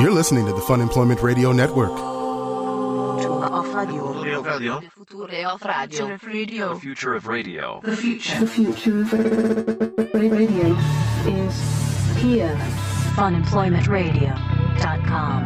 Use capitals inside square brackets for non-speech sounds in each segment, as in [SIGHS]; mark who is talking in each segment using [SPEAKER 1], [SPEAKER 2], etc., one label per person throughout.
[SPEAKER 1] You're listening to the Fun Employment Radio Network.
[SPEAKER 2] Future of Radio.
[SPEAKER 3] Future of radio.
[SPEAKER 2] Future of Radio.
[SPEAKER 3] The future of radio.
[SPEAKER 4] The future of radio is here.
[SPEAKER 5] Funemploymentradio.com.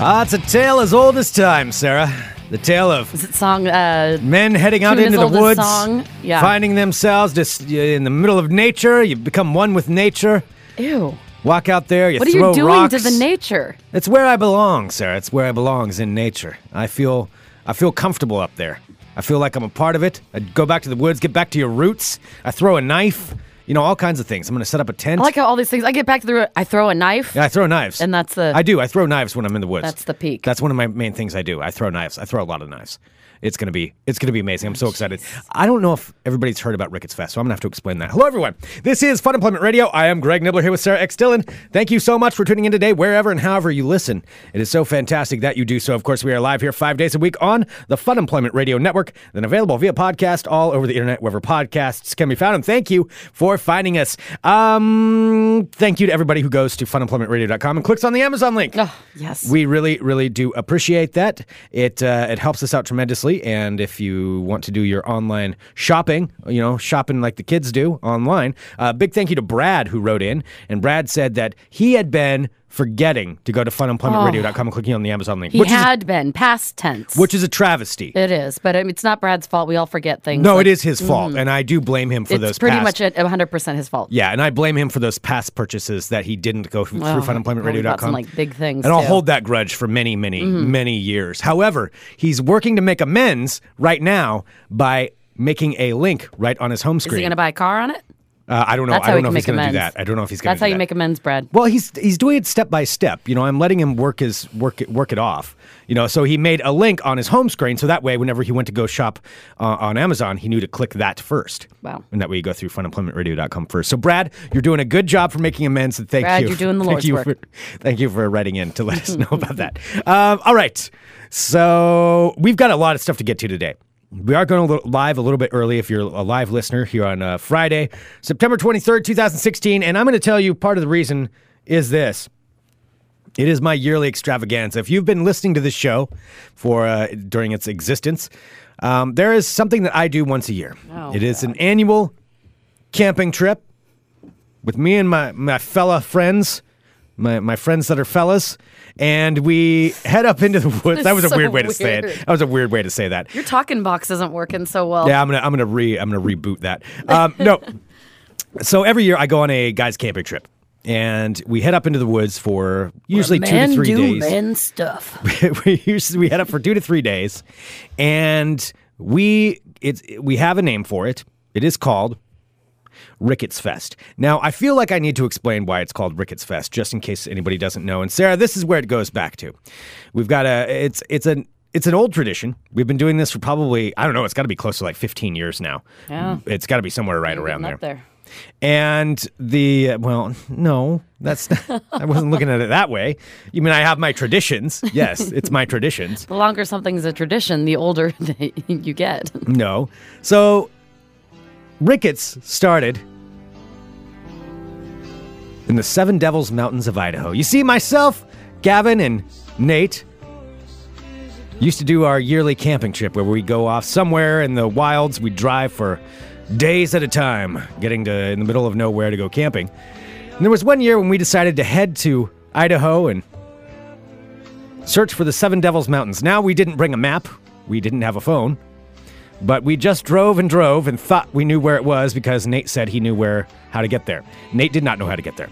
[SPEAKER 6] Ah, it's a tale as old as time, Sarah. The tale of
[SPEAKER 5] Is it song? Uh,
[SPEAKER 6] men heading out
[SPEAKER 5] Tune as
[SPEAKER 6] into the
[SPEAKER 5] old as
[SPEAKER 6] woods,
[SPEAKER 5] song? Yeah.
[SPEAKER 6] finding themselves just uh, in the middle of nature. You become one with nature.
[SPEAKER 5] ew.
[SPEAKER 6] Walk out there. You
[SPEAKER 5] What are
[SPEAKER 6] throw
[SPEAKER 5] you doing
[SPEAKER 6] rocks.
[SPEAKER 5] to the nature?
[SPEAKER 6] It's where I belong, Sarah. It's where I belong is in nature. I feel, I feel comfortable up there. I feel like I'm a part of it. I go back to the woods, get back to your roots. I throw a knife. You know, all kinds of things. I'm going to set up a tent.
[SPEAKER 5] I like how all these things. I get back to the. root- I throw a knife.
[SPEAKER 6] Yeah, I throw knives.
[SPEAKER 5] And that's the-
[SPEAKER 6] I do. I throw knives when I'm in the woods.
[SPEAKER 5] That's the peak.
[SPEAKER 6] That's one of my main things I do. I throw knives. I throw a lot of knives. It's gonna be it's gonna be amazing. I'm so excited. I don't know if everybody's heard about Ricketts Fest, so I'm gonna have to explain that. Hello everyone. This is Fun Employment Radio. I am Greg Nibbler here with Sarah X. Dillon. Thank you so much for tuning in today, wherever and however you listen. It is so fantastic that you do so. Of course, we are live here five days a week on the Fun Employment Radio Network, then available via podcast all over the internet, wherever podcasts can be found. And thank you for finding us. Um thank you to everybody who goes to funemploymentradio.com and clicks on the Amazon link.
[SPEAKER 5] Ugh, yes.
[SPEAKER 6] We really, really do appreciate that. It uh, it helps us out tremendously. And if you want to do your online shopping, you know, shopping like the kids do online, uh, big thank you to Brad who wrote in. And Brad said that he had been forgetting to go to funemploymentradio.com and clicking on the Amazon link,
[SPEAKER 5] Oh. he
[SPEAKER 6] which
[SPEAKER 5] had been past tense.
[SPEAKER 6] is which is a travesty.
[SPEAKER 5] it is, but I mean, it's not Brad's fault. We all forget things.
[SPEAKER 6] no,
[SPEAKER 5] Like,
[SPEAKER 6] it is his fault, and I do blame him for
[SPEAKER 5] Mm. It's
[SPEAKER 6] those.
[SPEAKER 5] pretty
[SPEAKER 6] past-
[SPEAKER 5] much much 100 percent his fault.
[SPEAKER 6] Yeah, and I blame him for those past purchases that he didn't go through
[SPEAKER 5] Well, probably bought
[SPEAKER 6] funemploymentradio.com.
[SPEAKER 5] some, like, big things,
[SPEAKER 6] And I'll
[SPEAKER 5] too. Mm-hmm.
[SPEAKER 6] hold that grudge for many, many, many years. However, he's working to make amends right now by making a link right on his home
[SPEAKER 5] Is he
[SPEAKER 6] screen.
[SPEAKER 5] going to buy a car on it?
[SPEAKER 6] uh, I don't know.
[SPEAKER 5] That's
[SPEAKER 6] I
[SPEAKER 5] how
[SPEAKER 6] don't
[SPEAKER 5] he
[SPEAKER 6] know
[SPEAKER 5] can
[SPEAKER 6] if he's
[SPEAKER 5] make
[SPEAKER 6] going to do
[SPEAKER 5] amends.
[SPEAKER 6] that. I don't know if he's going to
[SPEAKER 5] That's
[SPEAKER 6] do
[SPEAKER 5] how you
[SPEAKER 6] that.
[SPEAKER 5] make amends, Brad.
[SPEAKER 6] Well, he's he's doing it step by step. You know, I'm letting him work his work it, work it off. You know, so he made a link on his home screen, so that way, whenever he went to go shop uh, on Amazon, he knew to click that first.
[SPEAKER 5] Wow.
[SPEAKER 6] And that way, you go through funemploymentradio.com first. So, Brad, you're doing a good job for making amends, and thank
[SPEAKER 5] Brad,
[SPEAKER 6] you.
[SPEAKER 5] you're doing the
[SPEAKER 6] thank
[SPEAKER 5] Lord's
[SPEAKER 6] you
[SPEAKER 5] work.
[SPEAKER 6] For, thank you for writing in to let us know about that.
[SPEAKER 5] [LAUGHS]
[SPEAKER 6] Um, all right, so we've got a lot of stuff to get to today. We are going a little- live a little bit early if you're a live listener here on uh, Friday, September 23rd, 2016. And I'm going to tell you part of the reason is this. It is my yearly extravaganza. If you've been listening to this show for uh, during its existence, um, there is something that I do once a year.
[SPEAKER 5] Oh,
[SPEAKER 6] it is an annual camping trip with me and my my fella friends, my my friends that are fellas, and we head up into
[SPEAKER 5] [LAUGHS]
[SPEAKER 6] the woods. That was a
[SPEAKER 5] So
[SPEAKER 6] weird way to say
[SPEAKER 5] weird.
[SPEAKER 6] it. That was a weird way to say that.
[SPEAKER 5] Your talking box isn't working so well.
[SPEAKER 6] Yeah, I'm gonna I'm gonna re I'm gonna reboot that. Um,
[SPEAKER 5] [LAUGHS]
[SPEAKER 6] no, so every year I go on a guys camping trip, and we head up into the woods for usually two
[SPEAKER 5] men
[SPEAKER 6] to three
[SPEAKER 5] do
[SPEAKER 6] days.
[SPEAKER 5] men stuff.
[SPEAKER 6] [LAUGHS] we usually we head up for two to three days, and we it's we have a name for it. It is called Ricketts Fest. Now I feel like I need to explain why it's called Ricketts Fest, just in case anybody doesn't know. And Sarah, this is where it goes back to. We've got a it's it's an it's an old tradition. We've been doing this for probably I don't know. It's got to be close to like 15 years now.
[SPEAKER 5] Yeah.
[SPEAKER 6] It's got to be somewhere right around
[SPEAKER 5] Getting up there.
[SPEAKER 6] and the well, no, that's I wasn't looking at it that way. You mean I have my traditions? Yes, it's my traditions.
[SPEAKER 5] The longer something's a tradition, the older [LAUGHS] that you get.
[SPEAKER 6] No, so Ricketts started in the Seven Devils Mountains of Idaho. You see, myself, Gavin, and Nate used to do our yearly camping trip where we go off somewhere in the wilds. We drive for days at a time, getting to in the middle of nowhere to go camping. And there was one year when we decided to head to Idaho and search for the Seven Devils Mountains. Now we didn't bring a map, we didn't have a phone, but we just drove and drove and thought we knew where it was because Nate said he knew where how to get there. Nate did not know how to get there,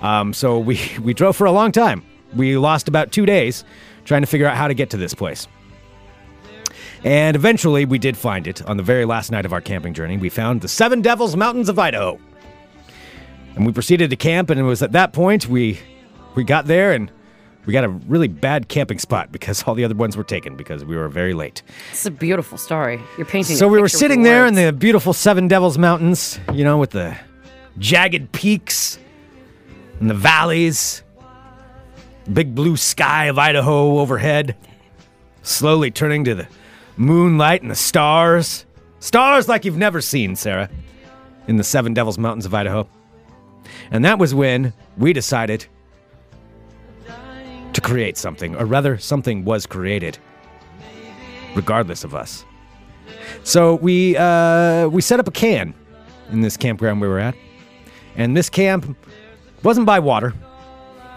[SPEAKER 6] um, so we [LAUGHS] we drove for a long time. We lost about two days trying to figure out how to get to this place. And eventually, we did find it on the very last night of our camping journey. We found the Seven Devils Mountains of Idaho. And we proceeded to camp, and it was at that point we we got there and we got a really bad camping spot because [LAUGHS] all the other ones were taken because we were very late.
[SPEAKER 5] It's a beautiful story. You're painting.
[SPEAKER 6] So
[SPEAKER 5] a
[SPEAKER 6] we were
[SPEAKER 5] picture with
[SPEAKER 6] sitting
[SPEAKER 5] your
[SPEAKER 6] there in
[SPEAKER 5] words.
[SPEAKER 6] the beautiful Seven Devils Mountains, you know, with the jagged peaks and the valleys, big blue sky of Idaho overhead, slowly turning to the moonlight and the stars. Stars like you've never seen, Sarah, in the Seven Devils Mountains of Idaho. And that was when we decided create something, or rather, something was created, regardless of us. So we uh, we set up a can in this campground we were at, and this camp wasn't by water,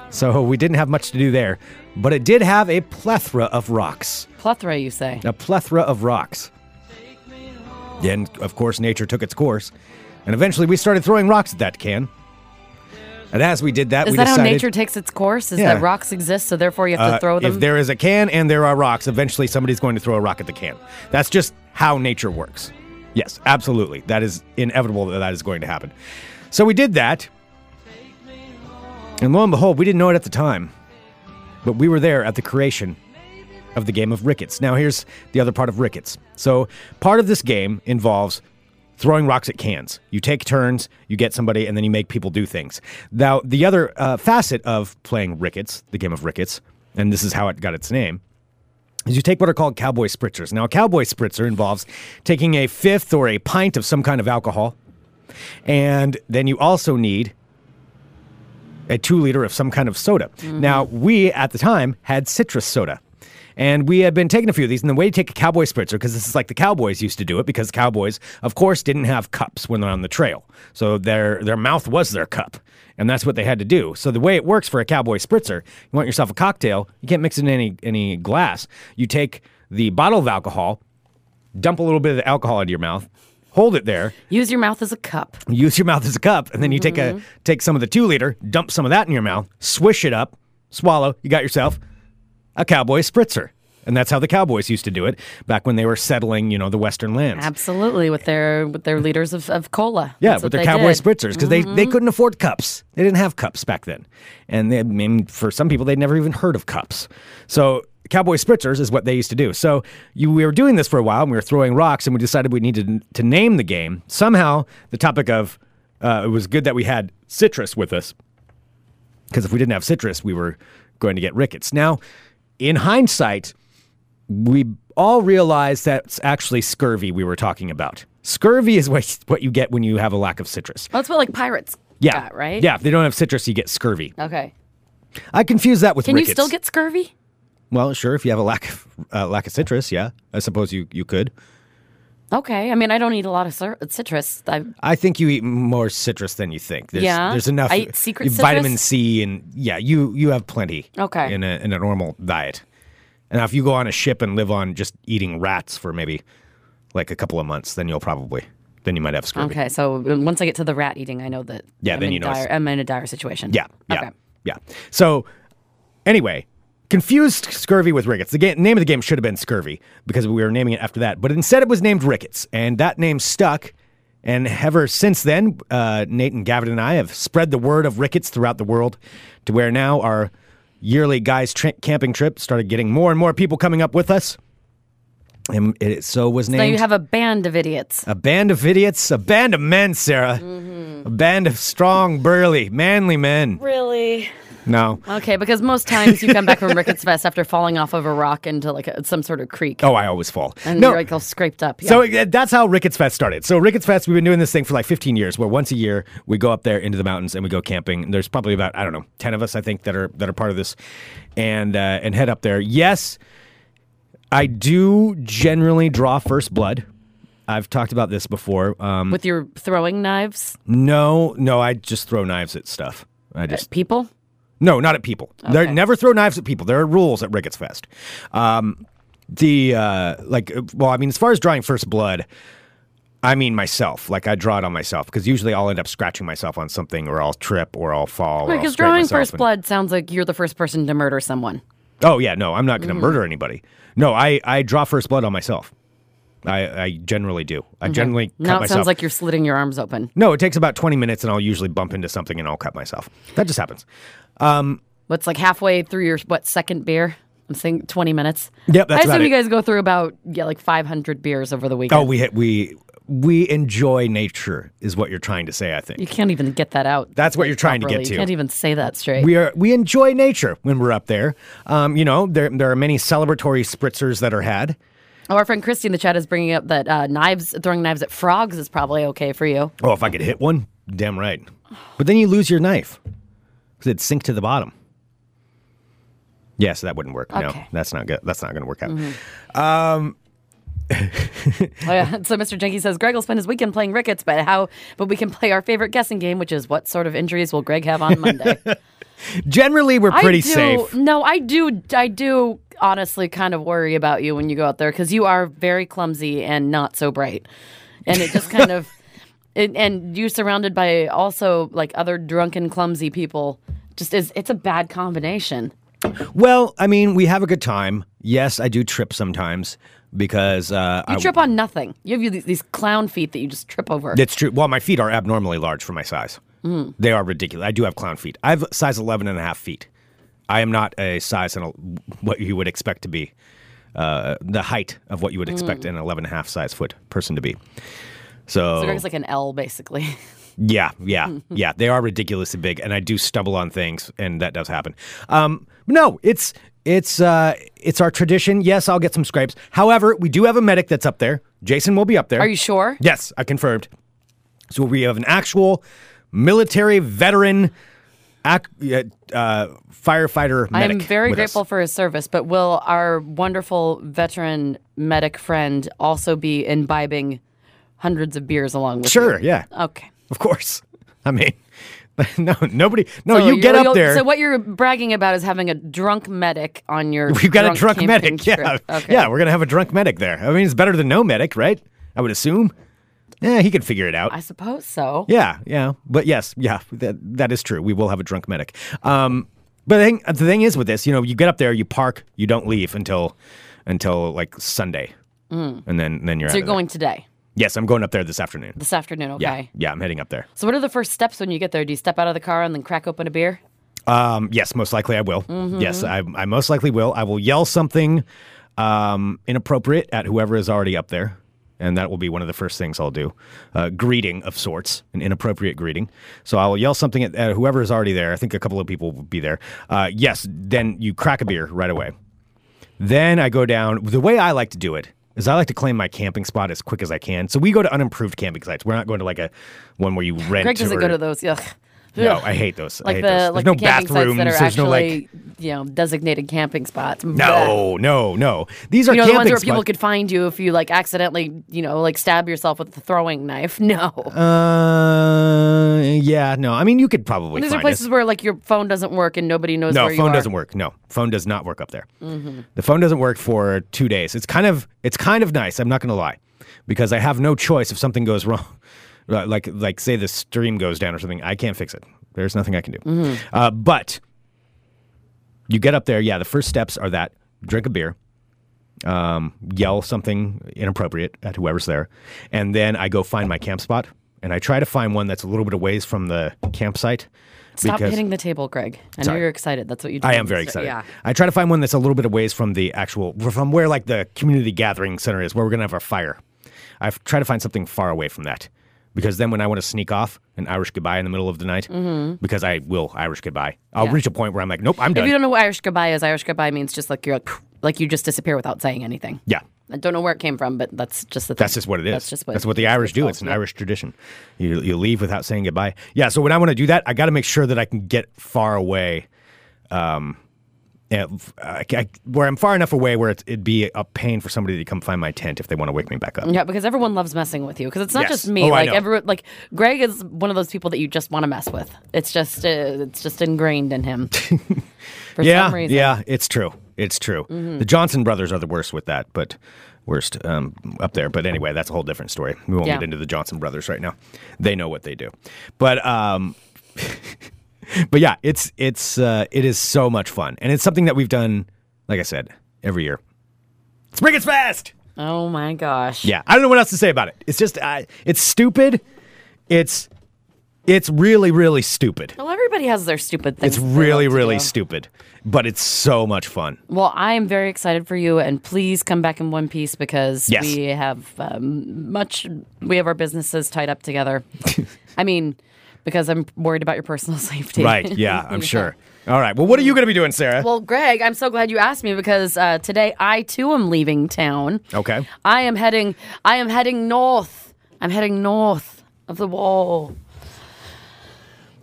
[SPEAKER 6] so we didn't have much to do there, but it did have a plethora of rocks
[SPEAKER 5] Plethora, you say.
[SPEAKER 6] a plethora of rocks. Then, of course, nature took its course, and eventually we started throwing rocks at that can. And as we did that,
[SPEAKER 5] Is
[SPEAKER 6] we
[SPEAKER 5] that
[SPEAKER 6] decided
[SPEAKER 5] how nature takes its course? Is
[SPEAKER 6] Yeah.
[SPEAKER 5] that rocks exist, so therefore you have to
[SPEAKER 6] uh,
[SPEAKER 5] throw them?
[SPEAKER 6] if there is a can and there are rocks, eventually somebody's going to throw a rock at the can. That's just how nature works. Yes, absolutely. That is inevitable that that is going to happen. So we did that, and lo and behold, we didn't know it at the time, but we were there at the creation of the game of rickets. Now, here's the other part of rickets. So, part of this game involves throwing rocks at cans. You take turns, you get somebody, and then you make people do things. Now, the other uh, facet of playing rickets, the game of rickets, and this is how it got its name, is you take what are called cowboy spritzers. Now, a cowboy spritzer involves taking a fifth or a pint of some kind of alcohol, and then you also need a two liter of some kind of soda. Now, we at the time had citrus soda. And we had been taking a few of these, and the way to take a cowboy spritzer, because this is like the cowboys used to do it, because cowboys, of course, didn't have cups when they're on the trail. So their their mouth was their cup, and that's what they had to do. So the way it works for a cowboy spritzer, you want yourself a cocktail, you can't mix it in any any glass. You take the bottle of alcohol, dump a little bit of the alcohol into your mouth, hold it there,
[SPEAKER 5] Use your mouth as a cup.
[SPEAKER 6] use your mouth as a cup, and then you take a take some of the two liter, dump some of that in your mouth, swish it up, swallow. You got yourself a cowboy spritzer, and that's how the cowboys used to do it back when they were settling, you know, the western lands.
[SPEAKER 5] Absolutely, with their with their liters of, of cola.
[SPEAKER 6] Yeah, with
[SPEAKER 5] That's what
[SPEAKER 6] their
[SPEAKER 5] they
[SPEAKER 6] cowboy
[SPEAKER 5] did. Mm-hmm.
[SPEAKER 6] spritzers because they, they couldn't afford cups. They didn't have cups back then, and they, I mean, for some people, they'd never even heard of cups. So cowboy spritzers is what they used to do. So you, we were doing this for a while, and we were throwing rocks, and we decided we needed to name the game. Somehow, the topic of uh, it was good that we had citrus with us because if we didn't have citrus, we were going to get rickets. Now, in hindsight, we all realize that's actually scurvy we were talking about. Scurvy is what, what you get when you have a lack of citrus.
[SPEAKER 5] Well, that's what like pirates
[SPEAKER 6] Yeah.
[SPEAKER 5] got, right?
[SPEAKER 6] Yeah. If they don't have citrus, you get scurvy.
[SPEAKER 5] Okay.
[SPEAKER 6] I confuse that with
[SPEAKER 5] Can
[SPEAKER 6] rickets.
[SPEAKER 5] you still get scurvy?
[SPEAKER 6] Well, sure. If you have a lack of uh, lack of citrus, yeah, I suppose you you could.
[SPEAKER 5] Okay. I mean, I don't eat a lot of cir- citrus. I,
[SPEAKER 6] I think you eat more citrus than you think. There's,
[SPEAKER 5] Yeah?
[SPEAKER 6] There's enough
[SPEAKER 5] I eat secret citrus?
[SPEAKER 6] vitamin C and yeah, you you have plenty.
[SPEAKER 5] Okay.
[SPEAKER 6] In a in a normal diet. Now, if you go on a ship and live on just eating rats for maybe like a couple of months, then you'll probably then you might have scurvy.
[SPEAKER 5] okay. So once I get to the rat eating, I know that.
[SPEAKER 6] Yeah,
[SPEAKER 5] I'm
[SPEAKER 6] then
[SPEAKER 5] in
[SPEAKER 6] you know it's-
[SPEAKER 5] Dire, I'm in a dire situation.
[SPEAKER 6] Yeah. Yeah.
[SPEAKER 5] Okay.
[SPEAKER 6] Yeah. So anyway, confused scurvy with rickets. The ga- name of the game should have been scurvy because we were naming it after that, but instead it was named rickets, and that name stuck. And ever since then, uh, Nate and Gavin and I have spread the word of rickets throughout the world to where now our yearly guys tri- camping trip started getting more and more people coming up with us. And it so was named
[SPEAKER 5] Now you have a band of idiots.
[SPEAKER 6] a band of idiots, a band of men, Sarah, a band of strong, burly, manly men.
[SPEAKER 5] Mm-hmm. Really?
[SPEAKER 6] No.
[SPEAKER 5] Okay, because most times you come back from Ricketts Fest after falling off of a rock into like a, some sort
[SPEAKER 6] [LAUGHS]
[SPEAKER 5] of creek.
[SPEAKER 6] Oh, I always fall.
[SPEAKER 5] And
[SPEAKER 6] no.
[SPEAKER 5] you're like all scraped up. Yeah.
[SPEAKER 6] so uh, that's how Ricketts Fest started. So Ricketts Fest, we've been doing this thing for like 15 years, where once a year we go up there into the mountains and we go camping. And there's probably about I don't know 10 of us I think that are that are part of this, and uh, and head up there. Yes, I do generally draw first blood. I've talked about this before. Um,
[SPEAKER 5] with your throwing knives
[SPEAKER 6] no, no, I just throw knives at stuff. I just
[SPEAKER 5] at people?
[SPEAKER 6] no, not at people. They
[SPEAKER 5] Okay.
[SPEAKER 6] never throw knives at people. There are rules at Ricketts Fest. Um, the uh, like, uh, well, I mean, as far as drawing first blood, I mean myself. Like, I draw it on myself because usually I'll end up scratching myself on something, or I'll trip, or I'll fall. or I'll
[SPEAKER 5] Because
[SPEAKER 6] scrape
[SPEAKER 5] drawing
[SPEAKER 6] myself
[SPEAKER 5] first
[SPEAKER 6] and-
[SPEAKER 5] blood sounds like you're the first person to murder someone.
[SPEAKER 6] Oh yeah, no, I'm not going to
[SPEAKER 5] Mm-hmm.
[SPEAKER 6] murder anybody. No, I I draw first blood on myself. I I generally do. I generally cut
[SPEAKER 5] Mm-hmm. Now it
[SPEAKER 6] myself.
[SPEAKER 5] sounds like you're slitting your arms open.
[SPEAKER 6] no, it takes about 20 minutes, and I'll usually bump into something, and I'll cut myself. That just happens.
[SPEAKER 5] What's like halfway through your what second beer? I'm saying 20 minutes.
[SPEAKER 6] Yep, that's
[SPEAKER 5] I assume
[SPEAKER 6] about
[SPEAKER 5] you
[SPEAKER 6] it.
[SPEAKER 5] guys go through about yeah like 500 beers over the weekend.
[SPEAKER 6] Oh, we we we enjoy nature is what you're trying to say. I
[SPEAKER 5] you
[SPEAKER 6] think
[SPEAKER 5] can't even get that out.
[SPEAKER 6] that's what you're trying to
[SPEAKER 5] properly.
[SPEAKER 6] get
[SPEAKER 5] You can't
[SPEAKER 6] to.
[SPEAKER 5] even say that straight.
[SPEAKER 6] We are we enjoy nature when we're up there. Um, you know, there there are many celebratory spritzers that are had.
[SPEAKER 5] oh, our friend Christy in the chat is bringing up that uh, knives throwing knives at frogs is probably okay
[SPEAKER 6] [LAUGHS]
[SPEAKER 5] for you.
[SPEAKER 6] Oh, if I could hit one, damn right. But then you lose your knife because it'd sink to the bottom. Yeah, so that wouldn't work. No,
[SPEAKER 5] Okay. Mm-hmm.
[SPEAKER 6] that's not good. That's not going to work out.
[SPEAKER 5] Oh, yeah. [LAUGHS] So Mr. Jenke says Greg will spend his weekend playing rickets, but how? But we can play our favorite guessing game, which is what sort of injuries will Greg have on
[SPEAKER 6] [LAUGHS]
[SPEAKER 5] Monday?
[SPEAKER 6] Generally, we're pretty
[SPEAKER 5] I do,
[SPEAKER 6] safe.
[SPEAKER 5] No, I do. I do honestly kind of worry about you when you go out there because you are very clumsy and not so bright, and it just
[SPEAKER 6] [LAUGHS]
[SPEAKER 5] kind of, it, and you're surrounded by also like other drunken, clumsy people. Just is it's a bad combination.
[SPEAKER 6] Well, I mean, we have a good time. Yes, I do trip sometimes because uh,
[SPEAKER 5] You
[SPEAKER 6] I,
[SPEAKER 5] trip on nothing. You have you- these, these clown feet that you just trip over.
[SPEAKER 6] That's true. Well, my feet are abnormally large for my size.
[SPEAKER 5] Hmm.
[SPEAKER 6] They are ridiculous. I do have clown feet. I have size 11 and a half feet. I am not a size and a, what you would expect to be, uh, the height of what you would expect an 11 and a half size foot person to be. So,
[SPEAKER 5] Hmm. So Hmm. Greg's like an L basically. [LAUGHS]
[SPEAKER 6] yeah, yeah, yeah. They are ridiculously big, and I do stumble on things, and that does happen. Um, but no, it's it's uh, it's our tradition. Yes, I'll get some scrapes. However, we do have a medic that's up there. Jason will be up there.
[SPEAKER 5] Are you sure?
[SPEAKER 6] [LAUGHS] Yes, I confirmed. So we have an actual military veteran ac- uh, uh, firefighter
[SPEAKER 5] I
[SPEAKER 6] medic.
[SPEAKER 5] am very
[SPEAKER 6] with us.
[SPEAKER 5] grateful for his service, but will our wonderful veteran medic friend also be imbibing hundreds of beers along with
[SPEAKER 6] Sure,
[SPEAKER 5] you?
[SPEAKER 6] yeah,
[SPEAKER 5] Okay.
[SPEAKER 6] of course. I mean, [LAUGHS] no, nobody. No,
[SPEAKER 5] So
[SPEAKER 6] you get
[SPEAKER 5] you're-
[SPEAKER 6] up
[SPEAKER 5] you'll-
[SPEAKER 6] there.
[SPEAKER 5] So what you're bragging about is having a drunk medic on your.
[SPEAKER 6] [LAUGHS] We've got a drunk
[SPEAKER 5] camping
[SPEAKER 6] medic. Yeah,
[SPEAKER 5] trip. Okay.
[SPEAKER 6] yeah, we're gonna have a drunk medic there. I mean, it's better than no medic, right? I would assume. Yeah, he could figure it out.
[SPEAKER 5] I suppose so.
[SPEAKER 6] Yeah, yeah, but yes, yeah, that that is true. We will have a drunk medic. Um, but the thing, the thing is with this, you know, you get up there, you park, you don't leave until until like Sunday, and then then you're.
[SPEAKER 5] Mm. So
[SPEAKER 6] out
[SPEAKER 5] you're
[SPEAKER 6] of
[SPEAKER 5] going today,
[SPEAKER 6] There. Yes, I'm going up there this afternoon.
[SPEAKER 5] this afternoon. Okay.
[SPEAKER 6] Yeah, yeah, I'm heading up there.
[SPEAKER 5] So what are the first steps when you get there? Do you step out of the car and then crack open a beer?
[SPEAKER 6] Um, yes, most likely I will.
[SPEAKER 5] Mm-hmm.
[SPEAKER 6] Yes, I, I most likely will. I will yell something um, inappropriate at whoever is already up there. And that will be one of the first things I'll do. A greeting of sorts, an inappropriate greeting. So I'll yell something at, at whoever is already there. I think a couple of people will be there. Uh, yes, then you crack a beer right away. Then I go down. The way I like to do it is I like to claim my camping spot as quick as I can. So we go to unimproved camping sites. We're not going to like a one where you rent.
[SPEAKER 5] Greg doesn't
[SPEAKER 6] or,
[SPEAKER 5] go to those. Ugh.
[SPEAKER 6] No,
[SPEAKER 5] Ugh.
[SPEAKER 6] I hate those. I
[SPEAKER 5] like
[SPEAKER 6] hate
[SPEAKER 5] the
[SPEAKER 6] those. There's
[SPEAKER 5] like
[SPEAKER 6] no
[SPEAKER 5] the camping
[SPEAKER 6] bathrooms.
[SPEAKER 5] sites that are
[SPEAKER 6] There's no like
[SPEAKER 5] actually you know designated camping spots. Blech.
[SPEAKER 6] No, no, no. These are
[SPEAKER 5] You know the
[SPEAKER 6] camping
[SPEAKER 5] ones where
[SPEAKER 6] spots.
[SPEAKER 5] people could find you if you like accidentally, you know, like stab yourself with a throwing knife. [LAUGHS] No,
[SPEAKER 6] uh, yeah, no. I mean, you could probably.
[SPEAKER 5] these are
[SPEAKER 6] find
[SPEAKER 5] places
[SPEAKER 6] us.
[SPEAKER 5] where like your phone doesn't work and nobody knows.
[SPEAKER 6] No,
[SPEAKER 5] where
[SPEAKER 6] phone
[SPEAKER 5] you are.
[SPEAKER 6] doesn't work. No, phone does not work up there. The phone doesn't work for two days. It's kind of, it's kind of nice. I'm not going to lie, because I have no choice if something goes [LAUGHS] wrong. Uh, Like, like say the stream goes down or something. I can't fix it. There's nothing I can do.
[SPEAKER 5] Mm-hmm.
[SPEAKER 6] Uh, but you get up there. Yeah, the first steps are that drink a beer. um, yell something inappropriate at whoever's there, and then I go find my camp spot. And I try to find one that's a little bit of ways from the campsite.
[SPEAKER 5] Stop
[SPEAKER 6] because
[SPEAKER 5] hitting the table, Greg. I know
[SPEAKER 6] Sorry.
[SPEAKER 5] you're excited. That's what you. do.
[SPEAKER 6] I am very excited.
[SPEAKER 5] Yeah.
[SPEAKER 6] I try to find one that's a little bit of ways from the actual, from where like the community gathering center is, where we're gonna have our fire. I f- try to find something far away from that, because then when I want to sneak off an Irish goodbye in the middle of the night, because I will Irish goodbye, I'll
[SPEAKER 5] Mm-hmm. Yeah.
[SPEAKER 6] reach a point where I'm like, nope, I'm
[SPEAKER 5] If
[SPEAKER 6] done.
[SPEAKER 5] you don't know what Irish goodbye is, Irish goodbye means just like you're like, like you just disappear without saying anything.
[SPEAKER 6] yeah,
[SPEAKER 5] I don't know where it came from, but that's just the. Thing.
[SPEAKER 6] That's just what it is.
[SPEAKER 5] That's just what.
[SPEAKER 6] the Irish do.
[SPEAKER 5] called,
[SPEAKER 6] It's an
[SPEAKER 5] yeah.
[SPEAKER 6] Irish tradition. You, you leave without saying goodbye. Yeah. So when I want to do that, I got to make sure that I can get far away, um, and I, I- where I'm far enough away where it's, it'd be a pain for somebody to come find my tent if they want to wake me back up.
[SPEAKER 5] Yeah, because everyone loves messing with you. Because it's not
[SPEAKER 6] Yes.
[SPEAKER 5] just me.
[SPEAKER 6] Oh, I
[SPEAKER 5] like
[SPEAKER 6] know.
[SPEAKER 5] everyone, like Greg is one of those people that you just want to mess with. It's just, uh, it's just ingrained
[SPEAKER 6] [LAUGHS]
[SPEAKER 5] in him. For
[SPEAKER 6] yeah,
[SPEAKER 5] some reason. Mm-hmm.
[SPEAKER 6] yeah, it's true. It's true. The Johnson brothers are the worst with that, but worst um, up there. But anyway, that's a whole different story. We won't
[SPEAKER 5] Yeah.
[SPEAKER 6] get into the Johnson brothers right now. They know what they do. But um, [LAUGHS] but yeah, it's it's uh, it is so much fun, and it's something that we've done, like I said, every year. Spring is fast.
[SPEAKER 5] Oh my gosh.
[SPEAKER 6] Yeah, I don't know what else to say about it. It's just uh, it's stupid. It's it's really really stupid.
[SPEAKER 5] Well, everybody has their stupid things.
[SPEAKER 6] It's
[SPEAKER 5] that they
[SPEAKER 6] really
[SPEAKER 5] love Oh, to
[SPEAKER 6] really
[SPEAKER 5] do.
[SPEAKER 6] stupid, but it's so much fun.
[SPEAKER 5] Well, I am very excited for you, and please come back in one piece because
[SPEAKER 6] Yes.
[SPEAKER 5] we have um, much. We have our businesses tied up
[SPEAKER 6] [LAUGHS]
[SPEAKER 5] together. I mean, because I'm worried about your personal [LAUGHS] safety.
[SPEAKER 6] Right.
[SPEAKER 5] [LAUGHS]
[SPEAKER 6] Yeah, I'm sure. All right. Well, what are you going to be doing, Sarah?
[SPEAKER 5] Well, Greg, I'm so glad you asked me because uh, today I too am leaving town.
[SPEAKER 6] okay.
[SPEAKER 5] I am heading. I am heading north. I'm heading north of the wall.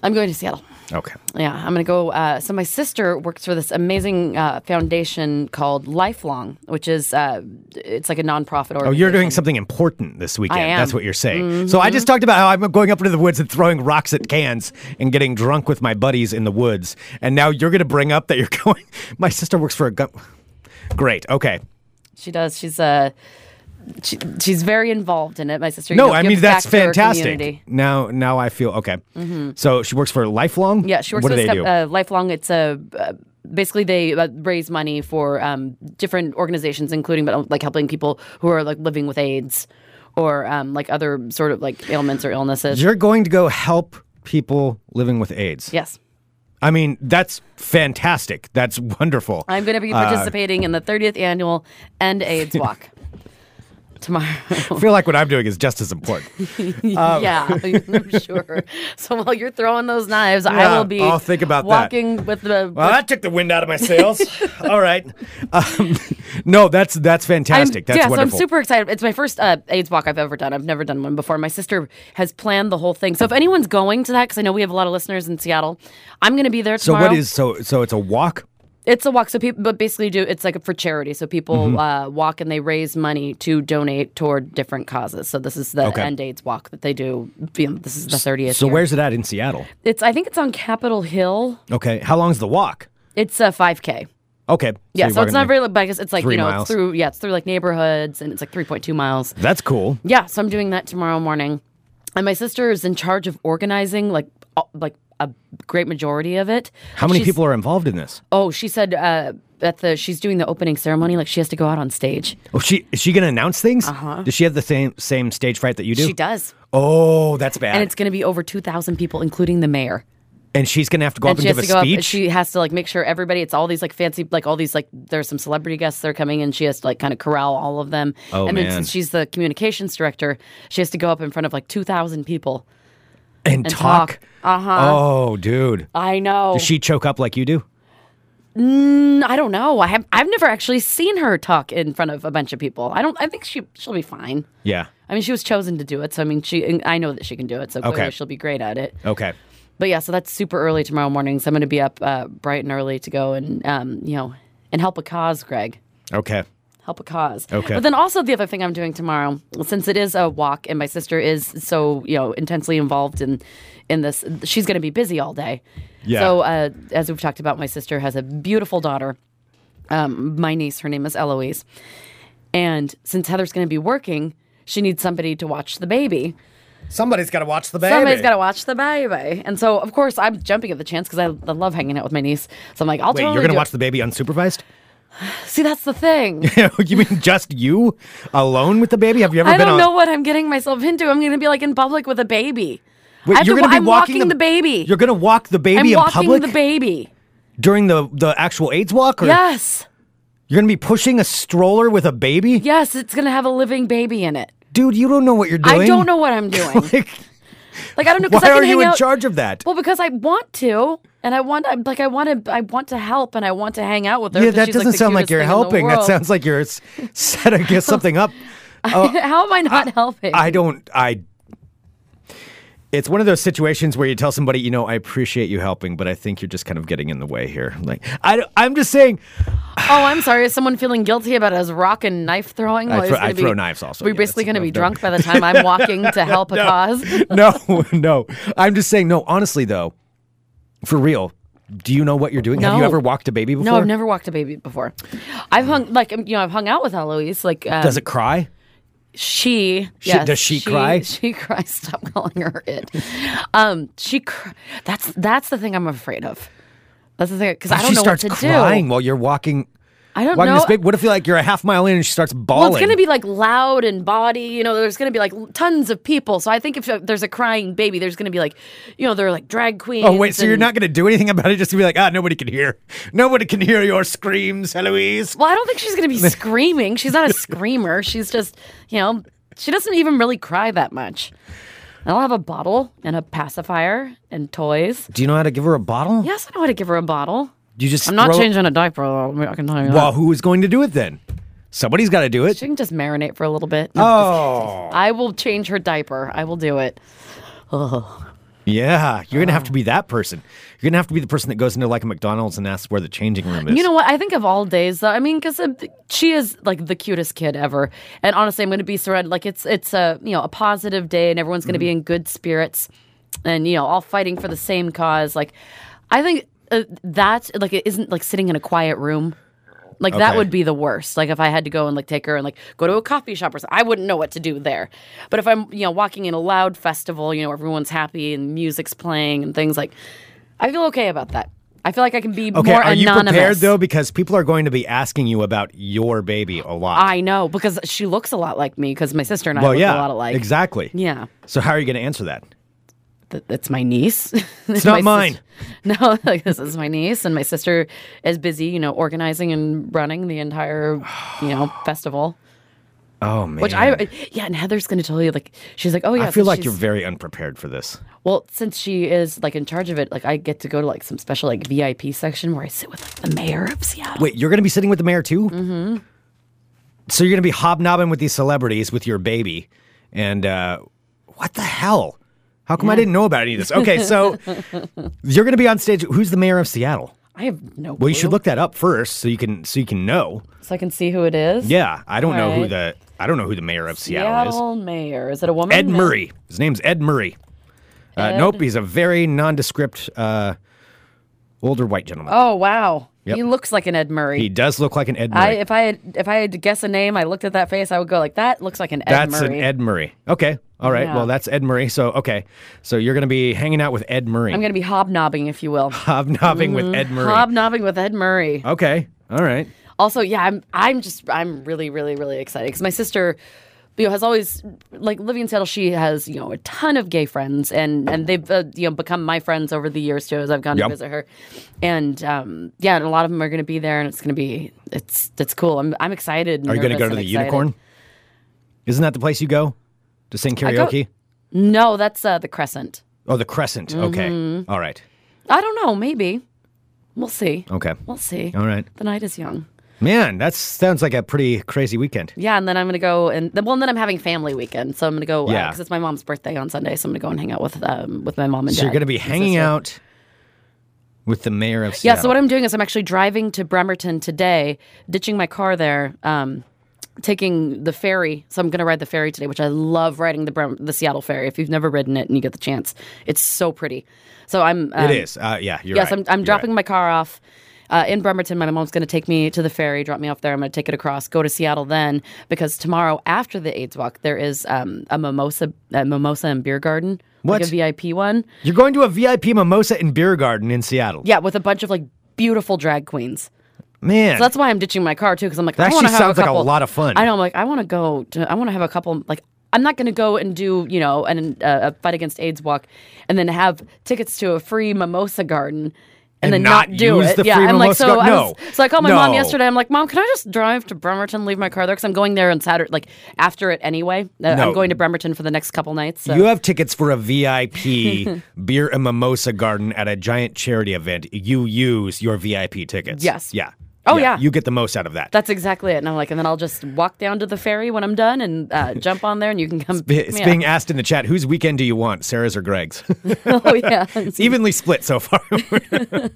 [SPEAKER 5] I'm going to Seattle.
[SPEAKER 6] Okay.
[SPEAKER 5] Yeah, I'm going to go. Uh, so, my sister works for this amazing uh, foundation called Lifelong, which is uh, it's like a nonprofit organization.
[SPEAKER 6] Oh, you're doing something important this weekend.
[SPEAKER 5] am. Mm-hmm.
[SPEAKER 6] That's what you're saying. So I just talked about how I'm going up into the woods and throwing rocks at cans and getting drunk with my buddies in the woods. And now you're going to bring up that you're [LAUGHS] going. My sister works for a gun. Great. Okay.
[SPEAKER 5] She does. She's Uh, she, she's very involved in it. My sister. you
[SPEAKER 6] No,
[SPEAKER 5] know,
[SPEAKER 6] I
[SPEAKER 5] gives
[SPEAKER 6] mean that's
[SPEAKER 5] back to her
[SPEAKER 6] fantastic.
[SPEAKER 5] community. Mm-hmm.
[SPEAKER 6] Now, now I feel okay. So she works for Lifelong.
[SPEAKER 5] Yeah, she works
[SPEAKER 6] What do
[SPEAKER 5] with
[SPEAKER 6] they
[SPEAKER 5] Step-
[SPEAKER 6] do?
[SPEAKER 5] Uh, Lifelong. It's a uh, basically they uh, raise money for um, different organizations, including but uh, like helping people who are like living with AIDS or um, like other sort of like ailments or illnesses.
[SPEAKER 6] you're going to go help people living with AIDS.
[SPEAKER 5] yes.
[SPEAKER 6] I mean, that's fantastic. That's wonderful.
[SPEAKER 5] I'm going to
[SPEAKER 6] Uh,
[SPEAKER 5] be participating in the 30th annual End
[SPEAKER 6] [LAUGHS]
[SPEAKER 5] AIDS Walk tomorrow. [LAUGHS]
[SPEAKER 6] I feel like what I'm doing is just as important. Um,
[SPEAKER 5] yeah, [LAUGHS] I'm sure. So while you're throwing those knives,
[SPEAKER 6] Yeah,
[SPEAKER 5] I will be
[SPEAKER 6] I'll think about that.
[SPEAKER 5] walking with the.
[SPEAKER 6] Well, that took the wind out of my [LAUGHS] sails. All right. Um, no, that's that's
[SPEAKER 5] I'm-
[SPEAKER 6] fantastic. that's
[SPEAKER 5] yeah, so
[SPEAKER 6] wonderful.
[SPEAKER 5] I'm super excited. It's my first uh, AIDS walk I've ever done. I've never done one before. My sister has planned the whole thing. So if anyone's going to that, because I know we have a lot of listeners in Seattle, I'm going to be there
[SPEAKER 6] so
[SPEAKER 5] tomorrow.
[SPEAKER 6] what is so so it's a walk?
[SPEAKER 5] It's a walk, so people, but basically, do it's like for charity. So people
[SPEAKER 6] Mm-hmm.
[SPEAKER 5] uh, walk and they raise money to donate toward different causes. So this is the
[SPEAKER 6] Okay.
[SPEAKER 5] End AIDS walk that they do. You know, this is the thirtieth.
[SPEAKER 6] So where's it at in Seattle?
[SPEAKER 5] It's I think it's on Capitol Hill.
[SPEAKER 6] Okay. How long's the walk?
[SPEAKER 5] It's a five k.
[SPEAKER 6] Okay.
[SPEAKER 5] Yeah,
[SPEAKER 6] you're
[SPEAKER 5] so it's
[SPEAKER 6] walking
[SPEAKER 5] not
[SPEAKER 6] there.
[SPEAKER 5] very. But I guess it's like
[SPEAKER 6] Three
[SPEAKER 5] you know,
[SPEAKER 6] miles.
[SPEAKER 5] it's through yeah, it's through like neighborhoods and it's like three point two miles.
[SPEAKER 6] That's cool.
[SPEAKER 5] Yeah, so I'm doing that tomorrow morning, and my sister is in charge of organizing like all- like a great majority of it.
[SPEAKER 6] How many
[SPEAKER 5] She's-
[SPEAKER 6] people are involved in this?
[SPEAKER 5] Oh, she said uh, at the she's doing the opening ceremony. Like she has to go out on stage.
[SPEAKER 6] Oh, she is she gonna announce things? Uh-huh. Does she have the same same stage fright that you do?
[SPEAKER 5] She does.
[SPEAKER 6] Oh, that's bad.
[SPEAKER 5] And it's going to be over 2,000 people, including the mayor.
[SPEAKER 6] And she's gonna have to go up
[SPEAKER 5] and
[SPEAKER 6] and
[SPEAKER 5] she
[SPEAKER 6] give
[SPEAKER 5] has
[SPEAKER 6] a
[SPEAKER 5] to go up
[SPEAKER 6] speech.
[SPEAKER 5] and she has to like make sure everybody, it's all these like fancy, like all these like, there's some celebrity guests that are coming in. She has to like kind of corral all of them.
[SPEAKER 6] Oh,
[SPEAKER 5] and then
[SPEAKER 6] man.
[SPEAKER 5] since she's the communications director, she has to go up in front of like 2,000 people.
[SPEAKER 6] and, talk.
[SPEAKER 5] talk. Uh-huh. Oh.
[SPEAKER 6] Oh, dude.
[SPEAKER 5] I know.
[SPEAKER 6] Does she choke up like you do?
[SPEAKER 5] I don't know. I have, I've never actually seen her talk in front of a bunch of people. I don't, I think she, she'll be fine.
[SPEAKER 6] Yeah.
[SPEAKER 5] I mean, she was chosen to do it. So, I mean, she, I know that she can do it. So clearly
[SPEAKER 6] Okay.
[SPEAKER 5] she'll be great at it.
[SPEAKER 6] Okay.
[SPEAKER 5] But yeah, so that's super early tomorrow morning. So I'm going to be up uh, bright and early to go and um, you know and help a cause, Greg.
[SPEAKER 6] Okay.
[SPEAKER 5] Help a cause.
[SPEAKER 6] Okay.
[SPEAKER 5] But then also the other thing I'm doing tomorrow, since it is a walk, and my sister is so you know intensely involved in in this, she's going to be busy all day.
[SPEAKER 6] Yeah.
[SPEAKER 5] So uh, as we've talked about, my sister has a beautiful daughter. Um, my niece, her name is Eloise, and since Heather's going to be working, she needs somebody to watch the baby.
[SPEAKER 6] Somebody's gotta watch the baby.
[SPEAKER 5] Somebody's got to watch the baby. And so, of course, I'm jumping at the chance because I, I love hanging out with my niece. So I'm like, I'll
[SPEAKER 6] Wait,
[SPEAKER 5] totally
[SPEAKER 6] you're gonna
[SPEAKER 5] do
[SPEAKER 6] watch
[SPEAKER 5] it.
[SPEAKER 6] the baby unsupervised? [LAUGHS]
[SPEAKER 5] See, that's the thing.
[SPEAKER 6] you mean just you alone with the baby? Have you ever
[SPEAKER 5] I
[SPEAKER 6] been
[SPEAKER 5] don't
[SPEAKER 6] on?
[SPEAKER 5] know what I'm getting myself into. I'm going to be like in public with a baby.
[SPEAKER 6] Wait,
[SPEAKER 5] I have
[SPEAKER 6] you're
[SPEAKER 5] to
[SPEAKER 6] gonna
[SPEAKER 5] wa-
[SPEAKER 6] be
[SPEAKER 5] I'm
[SPEAKER 6] walking,
[SPEAKER 5] walking the baby.
[SPEAKER 6] You're gonna walk the baby
[SPEAKER 5] I'm
[SPEAKER 6] in
[SPEAKER 5] walking
[SPEAKER 6] public
[SPEAKER 5] the baby.
[SPEAKER 6] during the the actual AIDS walk, or
[SPEAKER 5] Yes.
[SPEAKER 6] you're gonna be pushing a stroller with a baby,
[SPEAKER 5] Yes, it's going to have a living baby in it.
[SPEAKER 6] dude. You don't know what you're doing.
[SPEAKER 5] I don't know what I'm doing.
[SPEAKER 6] [LAUGHS] Like,
[SPEAKER 5] like, I don't know. 'cause
[SPEAKER 6] why
[SPEAKER 5] I can
[SPEAKER 6] are you
[SPEAKER 5] hang
[SPEAKER 6] in
[SPEAKER 5] out-
[SPEAKER 6] charge of that?
[SPEAKER 5] Well, because I want to, and I want, I'm like, I want to, I want to help, and I want to hang out with her.
[SPEAKER 6] yeah,
[SPEAKER 5] 'cause
[SPEAKER 6] that
[SPEAKER 5] she's,
[SPEAKER 6] doesn't
[SPEAKER 5] the
[SPEAKER 6] sound like
[SPEAKER 5] cutest
[SPEAKER 6] you're
[SPEAKER 5] thing
[SPEAKER 6] helping.
[SPEAKER 5] in the
[SPEAKER 6] That
[SPEAKER 5] world. [LAUGHS]
[SPEAKER 6] sounds like you're s- [LAUGHS] setting get something up.
[SPEAKER 5] How am I not helping?
[SPEAKER 6] I don't. I. It's one of those situations where you tell somebody, you know, I appreciate you helping, but I think you're just kind of getting in the way here. Like, I, I'm just saying, [LAUGHS]
[SPEAKER 5] Oh, I'm sorry. Is someone feeling guilty about his rock and knife throwing?
[SPEAKER 6] I
[SPEAKER 5] Well,
[SPEAKER 6] throw-
[SPEAKER 5] it's gonna
[SPEAKER 6] I throw knives also,
[SPEAKER 5] We're
[SPEAKER 6] yeah,
[SPEAKER 5] basically
[SPEAKER 6] that's
[SPEAKER 5] going to
[SPEAKER 6] what
[SPEAKER 5] be
[SPEAKER 6] I've
[SPEAKER 5] drunk by the time I'm walking
[SPEAKER 6] [LAUGHS]
[SPEAKER 5] to help a cause.
[SPEAKER 6] no, [LAUGHS] no. I'm just saying, no, honestly, though, for real, do you know what you're doing? Have you
[SPEAKER 5] No.
[SPEAKER 6] ever walked a baby before?
[SPEAKER 5] No, I've never walked a baby before. I've hung like um, you know I've hung out with Eloise. Like um,
[SPEAKER 6] Does it cry?
[SPEAKER 5] she?
[SPEAKER 6] She-
[SPEAKER 5] yes,
[SPEAKER 6] does she cry?
[SPEAKER 5] She [LAUGHS] cries. Stop calling her it. Um, she. Cr- that's that's the thing I'm afraid of. That's the thing because I don't
[SPEAKER 6] she
[SPEAKER 5] know
[SPEAKER 6] starts
[SPEAKER 5] what to
[SPEAKER 6] crying
[SPEAKER 5] do.
[SPEAKER 6] while you're walking.
[SPEAKER 5] I don't
[SPEAKER 6] walking
[SPEAKER 5] know.
[SPEAKER 6] this baby. What if you're like you're a half mile in and she starts
[SPEAKER 5] Well,
[SPEAKER 6] bawling?
[SPEAKER 5] it's going to be like loud and body. You know, there's going to be like tons of people. So I think if uh, there's a crying baby, there's going to be like, you know, they're like drag queens.
[SPEAKER 6] Oh wait, so you're
[SPEAKER 5] and-
[SPEAKER 6] not going to do anything about it? Just to be like, ah, nobody can hear. Nobody can hear your screams, Eloise.
[SPEAKER 5] Well, I don't think she's
[SPEAKER 6] [LAUGHS]
[SPEAKER 5] going to be screaming. She's not a screamer. She's just, you know, she doesn't even really cry that much. And I'll have a bottle and a pacifier and toys.
[SPEAKER 6] Do you know how to give her a bottle?
[SPEAKER 5] Yes, I know how to give her a bottle.
[SPEAKER 6] You just
[SPEAKER 5] I'm not
[SPEAKER 6] throw-
[SPEAKER 5] changing a diaper, though. I can tell you that.
[SPEAKER 6] Well, who is going to do it then? Somebody's got to do it.
[SPEAKER 5] She can just marinate for a little bit. [LAUGHS]
[SPEAKER 6] Oh,
[SPEAKER 5] I will change her diaper. I will do it.
[SPEAKER 6] Yeah, you're gonna have to be
[SPEAKER 5] Oh.
[SPEAKER 6] that person. You're gonna have to be the person that goes into like a McDonald's and asks where the changing room is.
[SPEAKER 5] You know what? I think of all days though. I mean, because she is like the cutest kid ever, and honestly, I'm going to be surrounded. Like it's it's a you know a positive day, and everyone's going to be in good spirits, and you know all fighting for the same cause. Like I think uh, that like it isn't like sitting in a quiet room. Like that
[SPEAKER 6] Okay.
[SPEAKER 5] would be the worst. Like if I had to go and like take her and like go to a coffee shop or something, I wouldn't know what to do there. But if I'm you know walking in a loud festival, you know everyone's happy and music's playing and things like, I feel okay about that. I feel like I can be
[SPEAKER 6] okay,
[SPEAKER 5] more
[SPEAKER 6] are you
[SPEAKER 5] anonymous.
[SPEAKER 6] prepared though? Because people are going to be asking you about your baby a lot.
[SPEAKER 5] I know because she looks a lot like me because my sister and I
[SPEAKER 6] well,
[SPEAKER 5] look
[SPEAKER 6] yeah,
[SPEAKER 5] a lot alike.
[SPEAKER 6] exactly.
[SPEAKER 5] Yeah,
[SPEAKER 6] So how are you gonna answer that?
[SPEAKER 5] Th- that's my niece. [LAUGHS]
[SPEAKER 6] It's not mine.
[SPEAKER 5] no, [LAUGHS] like this is my niece, and my sister is busy, you know, organizing and running the entire, you know, festival.
[SPEAKER 6] Oh man,
[SPEAKER 5] Which I yeah, and Heather's going to tell you like she's like oh
[SPEAKER 6] I
[SPEAKER 5] yeah.
[SPEAKER 6] feel
[SPEAKER 5] since
[SPEAKER 6] like you're
[SPEAKER 5] she's-
[SPEAKER 6] very unprepared for this.
[SPEAKER 5] well since she is like in charge of it. Like I get to go to like some special like VIP section where I sit with like the mayor of Seattle.
[SPEAKER 6] Wait, you're gonna be sitting with the mayor too? Mm-hmm. So you're gonna be hobnobbing with these celebrities with your baby, and uh, what the hell? How come I didn't know about any of this? Okay,
[SPEAKER 5] [LAUGHS]
[SPEAKER 6] so you're gonna be on stage. Who's the mayor of Seattle?
[SPEAKER 5] I have no.
[SPEAKER 6] Well, you should
[SPEAKER 5] clue.
[SPEAKER 6] look that up first, so you can so you can know.
[SPEAKER 5] so I can see who it is.
[SPEAKER 6] Yeah, I don't know who
[SPEAKER 5] Alright.
[SPEAKER 6] the I don't know who the mayor of Seattle,
[SPEAKER 5] Seattle mayor is it a woman?
[SPEAKER 6] is. Ed Murray. His name's Ed Murray. Uh,
[SPEAKER 5] Ed-
[SPEAKER 6] Nope, he's a very nondescript uh, older white gentleman.
[SPEAKER 5] Oh wow,
[SPEAKER 6] Yep.
[SPEAKER 5] he looks like an Ed Murray.
[SPEAKER 6] He does look like an Ed Murray.
[SPEAKER 5] I if I had if I had to guess a name, I looked at that face, I would go like that looks like an Ed
[SPEAKER 6] That's
[SPEAKER 5] Murray.
[SPEAKER 6] an Ed Murray. Okay. All right.
[SPEAKER 5] Yeah.
[SPEAKER 6] Well, that's Ed Murray. So, okay. So you're going to be hanging out with Ed Murray.
[SPEAKER 5] I'm gonna Mm-hmm. be hobnobbing, if you will.
[SPEAKER 6] hobnobbing with Ed Murray.
[SPEAKER 5] Hobnobbing with Ed Murray.
[SPEAKER 6] okay. All right.
[SPEAKER 5] Also, yeah, I'm I'm just I'm really really really excited because my sister, you know, has always like living in Seattle. She has you know a ton of gay friends, and and they've uh, you know become my friends over the years too as I've gone
[SPEAKER 6] Yep.
[SPEAKER 5] to visit her, and um yeah, and a lot of them are gonna be there, and it's gonna be it's it's cool. I'm I'm excited. and
[SPEAKER 6] Are you going to
[SPEAKER 5] nervous
[SPEAKER 6] go to
[SPEAKER 5] and
[SPEAKER 6] the
[SPEAKER 5] excited.
[SPEAKER 6] Unicorn? Isn't that the place you go to sing
[SPEAKER 5] go-
[SPEAKER 6] karaoke?
[SPEAKER 5] No, that's uh, the Crescent.
[SPEAKER 6] oh, the Crescent. Okay.
[SPEAKER 5] Mm-hmm.
[SPEAKER 6] All right.
[SPEAKER 5] I don't know. Maybe. We'll see.
[SPEAKER 6] Okay.
[SPEAKER 5] We'll see.
[SPEAKER 6] All right.
[SPEAKER 5] The night is young.
[SPEAKER 6] Man, that sounds like a pretty crazy weekend.
[SPEAKER 5] Yeah, and then I'm gonna go and then, well, and then I'm having family weekend, so I'm gonna go
[SPEAKER 6] Yeah.
[SPEAKER 5] because it's my mom's birthday on Sunday, so I'm gonna go and hang out with um with my mom and
[SPEAKER 6] So
[SPEAKER 5] dad.
[SPEAKER 6] you're going to be
[SPEAKER 5] and
[SPEAKER 6] hanging
[SPEAKER 5] sister.
[SPEAKER 6] out with the mayor of
[SPEAKER 5] Yeah.
[SPEAKER 6] Seattle.
[SPEAKER 5] So what I'm doing is I'm actually driving to Bremerton today, ditching my car there. Um, taking the ferry so i'm going to ride the ferry today which i love riding the Brem- the seattle ferry if you've never ridden it and you get the chance it's so pretty so i'm um,
[SPEAKER 6] It is. Uh, yeah. You're
[SPEAKER 5] Yes,
[SPEAKER 6] right.
[SPEAKER 5] I'm, I'm
[SPEAKER 6] You're
[SPEAKER 5] dropping
[SPEAKER 6] right.
[SPEAKER 5] my car off uh, in Bremerton. My mom's going to take me to the ferry, drop me off there. I'm going to take it across, go to Seattle then, because tomorrow after the AIDS walk, there is um, a mimosa, a mimosa and beer garden,
[SPEAKER 6] What?
[SPEAKER 5] like a VIP one.
[SPEAKER 6] You're going to a VIP mimosa and beer garden in Seattle.
[SPEAKER 5] Yeah, with a bunch of like beautiful drag queens.
[SPEAKER 6] Man.
[SPEAKER 5] So that's why I'm ditching my car too, because I'm like,
[SPEAKER 6] That
[SPEAKER 5] I want to
[SPEAKER 6] actually
[SPEAKER 5] have
[SPEAKER 6] sounds
[SPEAKER 5] a
[SPEAKER 6] like a
[SPEAKER 5] couple.
[SPEAKER 6] lot of fun.
[SPEAKER 5] I know. I'm like, I want to go. To, I want to have a couple. Like, I'm not going to go and do you know an, uh, a fight against AIDS walk, and then have tickets to a free mimosa garden.
[SPEAKER 6] And
[SPEAKER 5] And, then
[SPEAKER 6] not
[SPEAKER 5] not, do
[SPEAKER 6] use
[SPEAKER 5] it.
[SPEAKER 6] the
[SPEAKER 5] yeah,
[SPEAKER 6] free
[SPEAKER 5] I'm like,
[SPEAKER 6] mimosa
[SPEAKER 5] so,
[SPEAKER 6] garden.
[SPEAKER 5] I was-
[SPEAKER 6] No.
[SPEAKER 5] so I called my mom
[SPEAKER 6] No.
[SPEAKER 5] yesterday. I'm like, Mom, can I just drive to Bremerton, leave my car there? Because I'm going there on Saturday, like after it anyway. Uh,
[SPEAKER 6] No.
[SPEAKER 5] I'm going to Bremerton for the next couple nights. So.
[SPEAKER 6] You have tickets for a
[SPEAKER 5] [LAUGHS]
[SPEAKER 6] VIP beer and mimosa garden at a giant charity event. You use your VIP tickets.
[SPEAKER 5] Yes.
[SPEAKER 6] Yeah.
[SPEAKER 5] Oh, yeah.
[SPEAKER 6] You get the most out of that.
[SPEAKER 5] That's exactly it. And I'm like, and then I'll just walk down to the ferry when I'm done and uh, jump on there, and you can come.
[SPEAKER 6] it's
[SPEAKER 5] yeah.
[SPEAKER 6] being asked in the chat, whose weekend do you want, Sarah's or Greg's? [LAUGHS]
[SPEAKER 5] [LAUGHS] oh yeah.
[SPEAKER 6] it's evenly split so far. [LAUGHS] I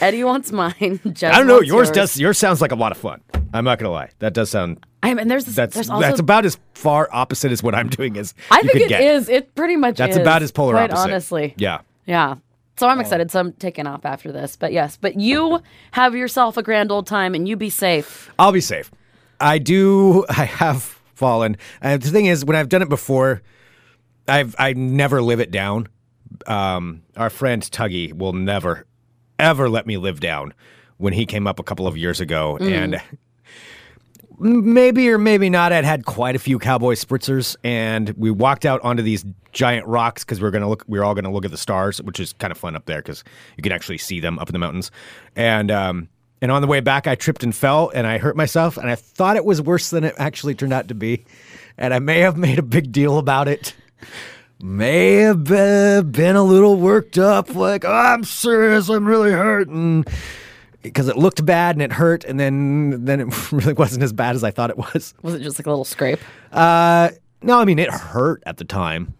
[SPEAKER 5] Eddie wants mine. [LAUGHS] Jez
[SPEAKER 6] don't know.
[SPEAKER 5] wants
[SPEAKER 6] Yours does. Yours sounds like a lot of fun. I'm not gonna lie. That does sound.
[SPEAKER 5] I mean, there's this,
[SPEAKER 6] That's
[SPEAKER 5] there's also.
[SPEAKER 6] that's about as far opposite as what I'm doing as
[SPEAKER 5] I
[SPEAKER 6] you
[SPEAKER 5] think
[SPEAKER 6] could
[SPEAKER 5] it is.
[SPEAKER 6] get.
[SPEAKER 5] It pretty much.
[SPEAKER 6] That's
[SPEAKER 5] is,
[SPEAKER 6] about as polar
[SPEAKER 5] quite
[SPEAKER 6] opposite.
[SPEAKER 5] Honestly.
[SPEAKER 6] Yeah.
[SPEAKER 5] Yeah. So I'm excited. So I'm taking off after this. But yes. But you have yourself a grand old time, and you be safe.
[SPEAKER 6] I'll be safe. I do. [LAUGHS] I have fallen. Uh, the thing is, when I've done it before, I've I never live it down. Um, our friend Tuggy will never, ever let me live down. When he came up a couple of years ago, and maybe or maybe not, I'd had quite a few cowboy spritzers, and we walked out onto these giant rocks because we were gonna look. We were all gonna look at the stars, which is kind of fun up there because you can actually see them up in the mountains. And um, and on the way back, I tripped and fell, and I hurt myself, and I thought it was worse than it actually turned out to be, and I may have made a big deal about it. May have be- been a little worked up, like, "Oh, I'm serious, I'm really hurting because it looked bad and it hurt, and then then it [LAUGHS] really wasn't as bad as I thought it was.
[SPEAKER 5] Was it just like a little scrape?
[SPEAKER 6] Uh, no, I mean it hurt at the time,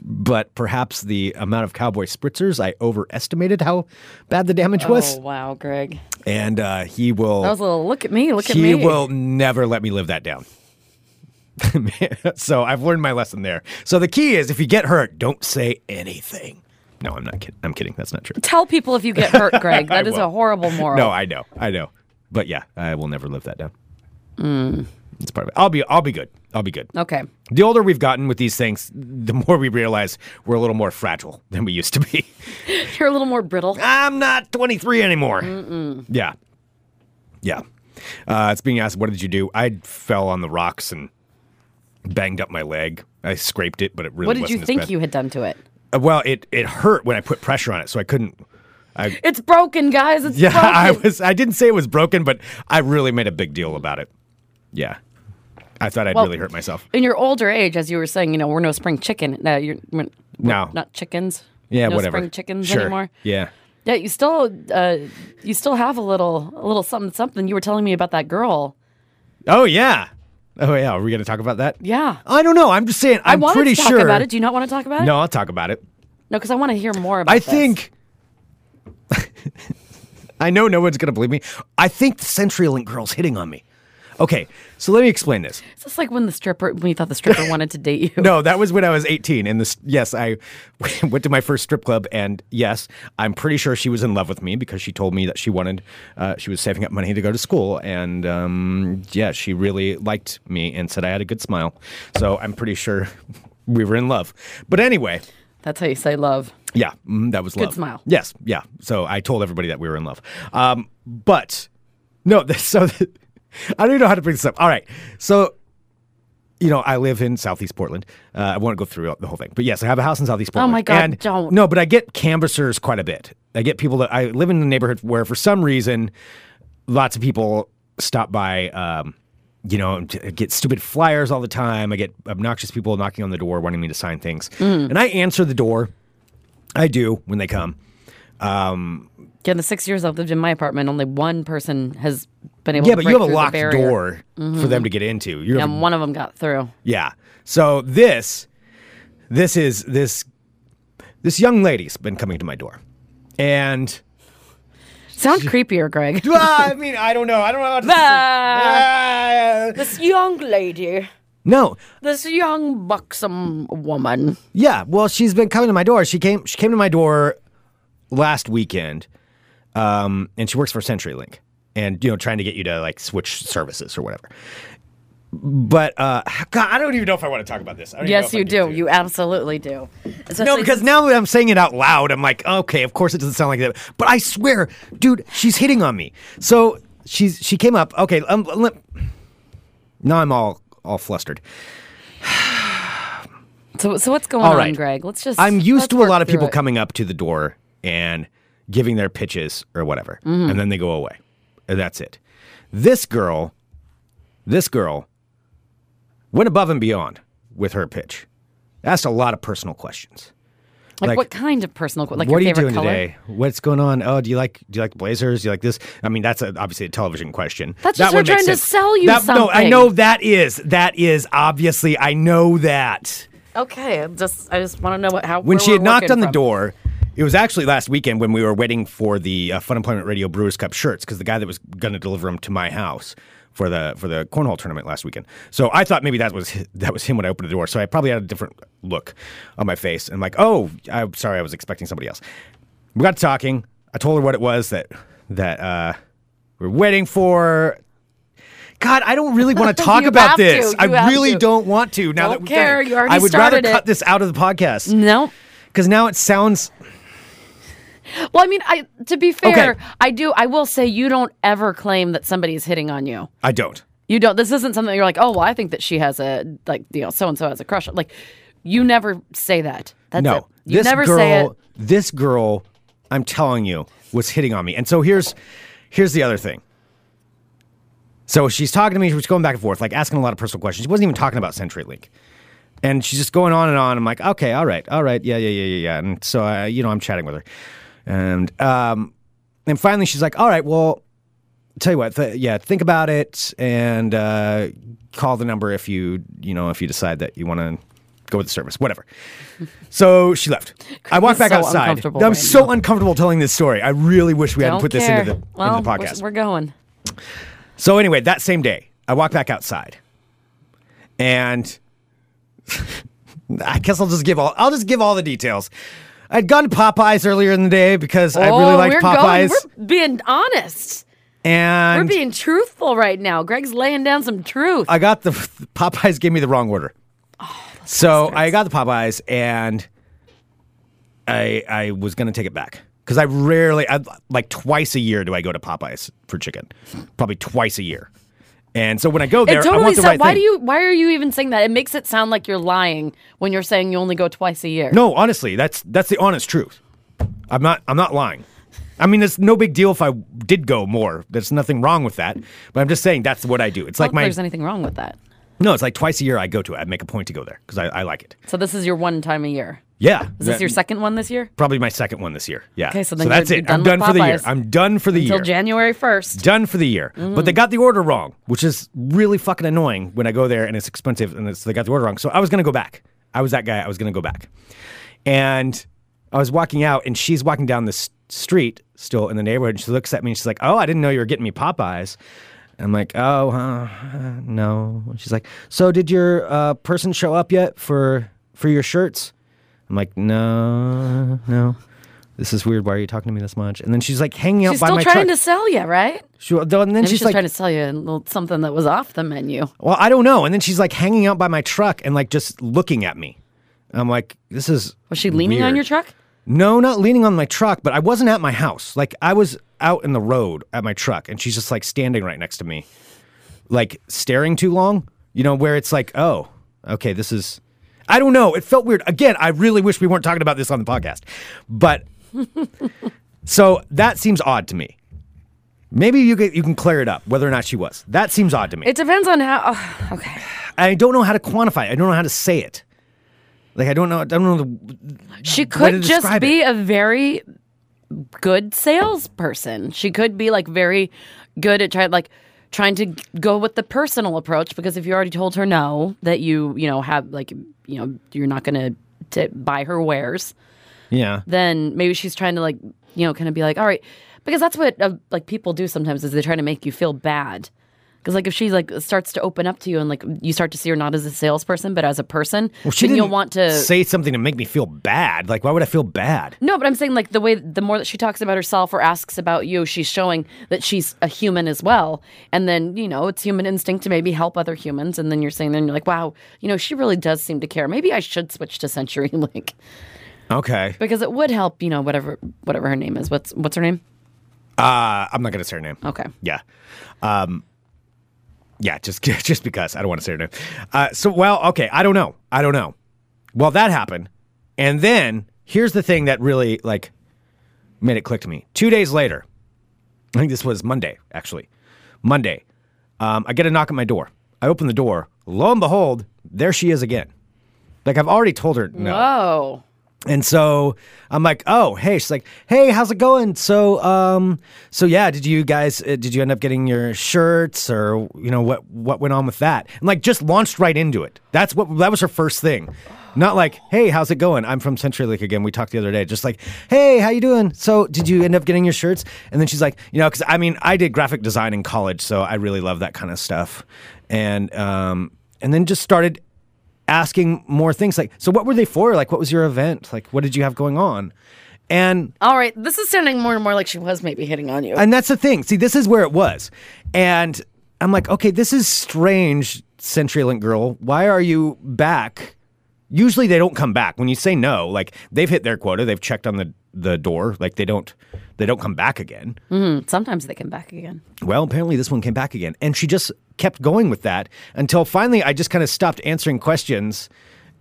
[SPEAKER 6] but perhaps the amount of cowboy spritzers I overestimated how bad the damage was.
[SPEAKER 5] Oh wow, Greg.
[SPEAKER 6] And uh, he will
[SPEAKER 5] That was a little look at me, look at
[SPEAKER 6] he
[SPEAKER 5] me.
[SPEAKER 6] will never let me live that down. [LAUGHS] so I've learned my lesson there. So the key is if you get hurt, don't say anything. No, I'm not kidding. I'm kidding. That's not true.
[SPEAKER 5] Tell people if you
[SPEAKER 6] [LAUGHS]
[SPEAKER 5] get hurt, Greg. That
[SPEAKER 6] I
[SPEAKER 5] is
[SPEAKER 6] will.
[SPEAKER 5] a horrible moral.
[SPEAKER 6] No, I know. I know. But yeah, I will never live that down.
[SPEAKER 5] Mm.
[SPEAKER 6] It's part of it. I'll be I'll be good. I'll be good.
[SPEAKER 5] okay.
[SPEAKER 6] The older we've gotten with these things, the more we realize we're a little more fragile than we used to be. [LAUGHS]
[SPEAKER 5] You're a little more brittle.
[SPEAKER 6] I'm not 23 anymore. Yeah. Yeah. Uh, it's being asked, what did you do? I fell on the rocks and banged up my leg. I scraped it, but it really
[SPEAKER 5] What did
[SPEAKER 6] wasn't
[SPEAKER 5] you
[SPEAKER 6] as
[SPEAKER 5] think
[SPEAKER 6] bad.
[SPEAKER 5] you had done to it?
[SPEAKER 6] Uh, Well, it, it hurt when I put pressure on it, so I couldn't.
[SPEAKER 5] It's broken, guys. It's
[SPEAKER 6] Yeah, [LAUGHS]
[SPEAKER 5] broken.
[SPEAKER 6] I was. I didn't say it was broken, but I really made a big deal about it. Yeah. I thought I'd
[SPEAKER 5] Well-
[SPEAKER 6] really hurt myself.
[SPEAKER 5] in your older age, as you were saying, you know, we're no spring chicken. No, you're we're
[SPEAKER 6] No.
[SPEAKER 5] not chickens.
[SPEAKER 6] yeah,
[SPEAKER 5] no
[SPEAKER 6] whatever.
[SPEAKER 5] Spring chickens
[SPEAKER 6] sure.
[SPEAKER 5] anymore.
[SPEAKER 6] Yeah.
[SPEAKER 5] Yeah, you still, uh, you still have a little, a little something, something. You were telling me about that girl.
[SPEAKER 6] Oh, yeah. Oh, yeah. Are we going to talk about that?
[SPEAKER 5] Yeah,
[SPEAKER 6] I don't know. I'm just saying.
[SPEAKER 5] I
[SPEAKER 6] I'm
[SPEAKER 5] wanted
[SPEAKER 6] pretty
[SPEAKER 5] to talk
[SPEAKER 6] sure.
[SPEAKER 5] about it. Do you not want to talk about it?
[SPEAKER 6] No, I'll talk about it.
[SPEAKER 5] no, because I want to hear more about.
[SPEAKER 6] I
[SPEAKER 5] this.
[SPEAKER 6] think. [LAUGHS] I know no one's going to believe me. I think the CenturyLink girl's hitting on me. Okay, so let me explain this.
[SPEAKER 5] it's just like when the stripper, when you thought
[SPEAKER 6] [LAUGHS]
[SPEAKER 5] the stripper wanted to date you.
[SPEAKER 6] No, that was when I was 18. And this, yes, I [LAUGHS] went to my first strip club. And yes, I'm pretty sure she was in love with me because she told me that she wanted, uh, she was saving up money to go to school. And um, yeah, she really liked me and said I had a good smile. So I'm pretty sure [LAUGHS] we were in love. But anyway,
[SPEAKER 5] that's how you say love.
[SPEAKER 6] Yeah, mm, that was love.
[SPEAKER 5] smile.
[SPEAKER 6] Yes, yeah. So I told everybody that we were in love. Um, but no, [LAUGHS] so I don't even know how to bring this up. All right, so you know I live in Southeast Portland. Uh, I won't go through the whole thing, but yes, I have a house in Southeast Portland.
[SPEAKER 5] Oh my God,
[SPEAKER 6] And-
[SPEAKER 5] don't.
[SPEAKER 6] No, but I get canvassers quite a bit. I get people that I live in a neighborhood where, for some reason, lots of people stop by. Um, you know, and t- get stupid flyers all the time. I get obnoxious people knocking on the door wanting me to sign things,
[SPEAKER 5] Mm.
[SPEAKER 6] and I answer the door. I do when they come.
[SPEAKER 5] Yeah, in the six years I've lived in my apartment, only one person has been able.
[SPEAKER 6] Yeah,
[SPEAKER 5] to
[SPEAKER 6] but
[SPEAKER 5] break
[SPEAKER 6] you have a
[SPEAKER 5] through the
[SPEAKER 6] locked
[SPEAKER 5] barrier. Mm-hmm.
[SPEAKER 6] door for them to get into. You have,
[SPEAKER 5] and one of them got through.
[SPEAKER 6] yeah. So this, this is this, this young lady's been coming to my door, and
[SPEAKER 5] Sound creepier,
[SPEAKER 6] [LAUGHS]
[SPEAKER 5] Greg.
[SPEAKER 6] Ah, I mean I don't know. I don't know. How to [LAUGHS] Ah.
[SPEAKER 5] [LAUGHS] this young lady,
[SPEAKER 6] No,
[SPEAKER 5] this young buxom woman.
[SPEAKER 6] Yeah, well, she's been coming to my door. She came she came to my door last weekend. Um, and she works for CenturyLink and you know trying to get you to like switch services or whatever. But uh God, I don't even know if I want to talk about this. I don't even know
[SPEAKER 5] Yes,
[SPEAKER 6] if I
[SPEAKER 5] you
[SPEAKER 6] need
[SPEAKER 5] do.
[SPEAKER 6] to.
[SPEAKER 5] You absolutely do.
[SPEAKER 6] No,
[SPEAKER 5] Especially
[SPEAKER 6] because
[SPEAKER 5] since-
[SPEAKER 6] now that I'm saying it out loud, I'm like, okay, of course it doesn't sound like that. But I swear, dude, she's hitting on me. So she's she came up. Okay, um, let- now I'm all all flustered.
[SPEAKER 5] so, so what's going
[SPEAKER 6] All
[SPEAKER 5] on,
[SPEAKER 6] right.
[SPEAKER 5] Greg? Let's just.
[SPEAKER 6] I'm used
[SPEAKER 5] let's
[SPEAKER 6] to a
[SPEAKER 5] work
[SPEAKER 6] lot of
[SPEAKER 5] through
[SPEAKER 6] people
[SPEAKER 5] it.
[SPEAKER 6] coming up to the door and giving their pitches or whatever,
[SPEAKER 5] Mm-hmm.
[SPEAKER 6] and then they go away. And that's it. This girl, this girl went above and beyond with her pitch. Asked a lot of personal questions.
[SPEAKER 5] Like,
[SPEAKER 6] like,
[SPEAKER 5] what kind of personal? Like
[SPEAKER 6] what are
[SPEAKER 5] your
[SPEAKER 6] you
[SPEAKER 5] favorite
[SPEAKER 6] doing
[SPEAKER 5] color?
[SPEAKER 6] today? What's going on? Oh, do you like do you like Blazers? Do you like this? I mean, that's a, obviously a television question.
[SPEAKER 5] That's
[SPEAKER 6] that
[SPEAKER 5] just her
[SPEAKER 6] one makes
[SPEAKER 5] trying to
[SPEAKER 6] sense.
[SPEAKER 5] sell you
[SPEAKER 6] that, No, I
[SPEAKER 5] something.
[SPEAKER 6] know that is that is obviously I know that.
[SPEAKER 5] Okay, I'm just I just want to know what how
[SPEAKER 6] when
[SPEAKER 5] where
[SPEAKER 6] she had
[SPEAKER 5] we're
[SPEAKER 6] knocked
[SPEAKER 5] working
[SPEAKER 6] on the
[SPEAKER 5] from.
[SPEAKER 6] door it was actually last weekend when we were waiting for the uh, fun employment radio brewers cup shirts because the guy that was going to deliver them to my house for the for the cornhole tournament last weekend so i thought maybe that was hi- that was him when i opened the door so i probably had a different look on my face and i'm like oh i'm sorry i was expecting somebody else we got talking i told her what it was that that uh we're waiting for God, I don't really
[SPEAKER 5] [LAUGHS]
[SPEAKER 6] want to talk
[SPEAKER 5] You
[SPEAKER 6] about
[SPEAKER 5] have to.
[SPEAKER 6] this.
[SPEAKER 5] You
[SPEAKER 6] I
[SPEAKER 5] have
[SPEAKER 6] really
[SPEAKER 5] to.
[SPEAKER 6] don't want to. Now
[SPEAKER 5] Don't
[SPEAKER 6] that we've done
[SPEAKER 5] care.
[SPEAKER 6] it.
[SPEAKER 5] You already
[SPEAKER 6] I would
[SPEAKER 5] started
[SPEAKER 6] rather
[SPEAKER 5] it.
[SPEAKER 6] cut this out of the podcast
[SPEAKER 5] No.
[SPEAKER 6] because now it sounds
[SPEAKER 5] Well, I mean, I to be fair,
[SPEAKER 6] Okay.
[SPEAKER 5] I do. I will say you don't ever claim that somebody is hitting on you.
[SPEAKER 6] I don't.
[SPEAKER 5] You don't. This isn't something you're like. Oh well, I think that she has a like you know so and so has a crush. on Like you never say that. That's
[SPEAKER 6] no,
[SPEAKER 5] it. You
[SPEAKER 6] this
[SPEAKER 5] never
[SPEAKER 6] girl,
[SPEAKER 5] say it.
[SPEAKER 6] this girl, I'm telling you, was hitting on me. And so here's here's the other thing. So she's talking to me. She was going back and forth, like asking a lot of personal questions. She wasn't even talking about CenturyLink. And she's just going on and on. I'm like, okay, all right, all right, yeah, yeah, yeah, yeah, yeah. And so, I, you know, I'm chatting with her, and um, and finally she's like, all right, well, tell you what, th- yeah, think about it and uh, call the number if you, you know, if you decide that you want to go with the service,
[SPEAKER 5] [LAUGHS]
[SPEAKER 6] whatever. So she left. I walked
[SPEAKER 5] Chris
[SPEAKER 6] back
[SPEAKER 5] is so
[SPEAKER 6] outside.
[SPEAKER 5] uncomfortable
[SPEAKER 6] I'm
[SPEAKER 5] right
[SPEAKER 6] so
[SPEAKER 5] now.
[SPEAKER 6] uncomfortable telling this story. I really wish we hadn't
[SPEAKER 5] Don't
[SPEAKER 6] put
[SPEAKER 5] care.
[SPEAKER 6] this into the,
[SPEAKER 5] well,
[SPEAKER 6] into the
[SPEAKER 5] we're-
[SPEAKER 6] podcast.
[SPEAKER 5] We're going.
[SPEAKER 6] So anyway, that same day, I walk back outside, and [LAUGHS] I guess I'll just give all I'll just give all the details. I'd gone to Popeyes earlier in the day because I really
[SPEAKER 5] Oh,
[SPEAKER 6] liked
[SPEAKER 5] we're
[SPEAKER 6] Popeyes,
[SPEAKER 5] Going, we're being honest.
[SPEAKER 6] and
[SPEAKER 5] We're being truthful right now. Greg's laying down some truth.
[SPEAKER 6] I got the [LAUGHS] Popeyes gave me the wrong order. so I got the Popeyes and I I was gonna take it back because I rarely I, like twice a year do I go to Popeyes for chicken, probably twice a year. And so when I go there, I
[SPEAKER 5] it totally
[SPEAKER 6] want the
[SPEAKER 5] sound-
[SPEAKER 6] right
[SPEAKER 5] why
[SPEAKER 6] thing.
[SPEAKER 5] do you why are you even saying that? It makes it sound like you're lying when you're saying you only go twice a year.
[SPEAKER 6] No, honestly, that's that's the honest truth. I'm not I'm not lying. I mean, it's no big deal if I did go more. There's nothing wrong with that. But I'm just saying that's what I do. It's
[SPEAKER 5] Not
[SPEAKER 6] like
[SPEAKER 5] that
[SPEAKER 6] my
[SPEAKER 5] there's anything wrong with that.
[SPEAKER 6] no. It's like twice a year I go to it. I make a point to go there because I, I like it.
[SPEAKER 5] So this is your one time a year.
[SPEAKER 6] Yeah.
[SPEAKER 5] Is this
[SPEAKER 6] that-
[SPEAKER 5] your second one this year?
[SPEAKER 6] Probably my second one this year. Yeah.
[SPEAKER 5] Okay, so then
[SPEAKER 6] that's
[SPEAKER 5] you're-
[SPEAKER 6] it.
[SPEAKER 5] you're
[SPEAKER 6] I'm done
[SPEAKER 5] done with
[SPEAKER 6] for the year.
[SPEAKER 5] Popeyes.
[SPEAKER 6] I'm done for the
[SPEAKER 5] Until
[SPEAKER 6] year.
[SPEAKER 5] January first.
[SPEAKER 6] done for the year. But they got the order wrong, which is really fucking annoying when I go there and it's expensive and it's, they got the order wrong. So I was going to go back. I was that guy. I was going to go back. And I was walking out and she's walking down the s- street still in the neighborhood. And she looks at me and she's like, Oh, I didn't know you were getting me Popeyes. And I'm like, Oh, huh, uh, no. And she's like, So did your uh, person show up yet for for your shirts? I'm like, No, no. This is weird. Why are you talking to me this much? And then she's like hanging out
[SPEAKER 5] She's
[SPEAKER 6] by
[SPEAKER 5] still
[SPEAKER 6] my
[SPEAKER 5] trying
[SPEAKER 6] truck.
[SPEAKER 5] to sell you, right?
[SPEAKER 6] She- and then
[SPEAKER 5] Maybe
[SPEAKER 6] she's
[SPEAKER 5] she's
[SPEAKER 6] like,
[SPEAKER 5] trying to sell you a little something that was off the menu.
[SPEAKER 6] well, I don't know. And then she's like hanging out by my truck and like just looking at me. And I'm like, this is.
[SPEAKER 5] Was she leaning on
[SPEAKER 6] weird.
[SPEAKER 5] your truck?
[SPEAKER 6] No, not leaning on my truck, but I wasn't at my house. Like I was out in the road at my truck and she's just like standing right next to me, like staring too long, you know, where it's like, oh, okay, this is. I don't know. It felt weird. Again, I really wish we weren't talking about this on the podcast,
[SPEAKER 5] [LAUGHS]
[SPEAKER 6] but so that seems odd to me. Maybe you can, you can clear it up whether or not she was. That seems odd to me.
[SPEAKER 5] It depends on how. [SIGHS] Oh, okay.
[SPEAKER 6] I don't know how to quantify it. I don't know how to say it. Like I don't know. I don't know. The,
[SPEAKER 5] She
[SPEAKER 6] to
[SPEAKER 5] could just
[SPEAKER 6] describe
[SPEAKER 5] be a very good salesperson. She could be like very good at trying like trying to go with the personal approach because if you already told her no that you you know have like you know you're not going to buy her wares
[SPEAKER 6] yeah.
[SPEAKER 5] then maybe she's trying to like you know kind of be like all right because that's what uh, like people do sometimes is they try to make you feel bad because like if she like starts to open up to you and like you start to see her not as a salesperson but as a person then you'll want to
[SPEAKER 6] say something to make me feel bad. Like why would I feel bad?
[SPEAKER 5] no, but I'm saying like the way the more that she talks about herself or asks about you, she's showing that she's a human as well. And then, you know, it's human instinct to maybe help other humans. And then you're saying then you're like, wow, you know, she really does seem to care. Maybe I should switch to [LAUGHS] CenturyLink
[SPEAKER 6] Okay.
[SPEAKER 5] because it would help, you know, whatever whatever her name is. What's what's her name?
[SPEAKER 6] Uh, I'm not gonna say her name.
[SPEAKER 5] Okay.
[SPEAKER 6] Yeah. Um. Yeah. Just [LAUGHS] just because I don't want to say her name. Uh. So well. Okay. I don't know. I don't know. Well, that happened, and then here's the thing that really like made it click to me. Two days later, I think this was Monday actually. Monday, um, I get a knock at my door. I open the door. Lo and behold, there she is again. Like I've already told her no.
[SPEAKER 5] Oh.
[SPEAKER 6] And so I'm like, oh, hey. She's like, hey, how's it going? So, um, so yeah, did you guys, uh, did you end up getting your shirts or, you know, what, what went on with that? And like, just launched right into it. That's what, that was her first thing. Not like, hey, how's it going? I'm from CenturyLink again. We talked the other day. Just like, hey, how you doing? So, did you end up getting your shirts? And then she's like, you know, because I mean, I did graphic design in college, so I really love that kind of stuff. And um, and then just started asking more things like so what were they for like what was your event like what did you have going on and
[SPEAKER 5] All right. This is sounding more and more like she was maybe hitting on you.
[SPEAKER 6] and that's the thing see this is where it was and i'm like okay this is strange CenturyLink girl why are you back usually they don't come back when you say no like they've hit their quota they've checked on the the door like they don't they don't come back again
[SPEAKER 5] Sometimes they come back again.
[SPEAKER 6] well, apparently this one came back again. And she just kept going with that until finally I just kind of stopped answering questions.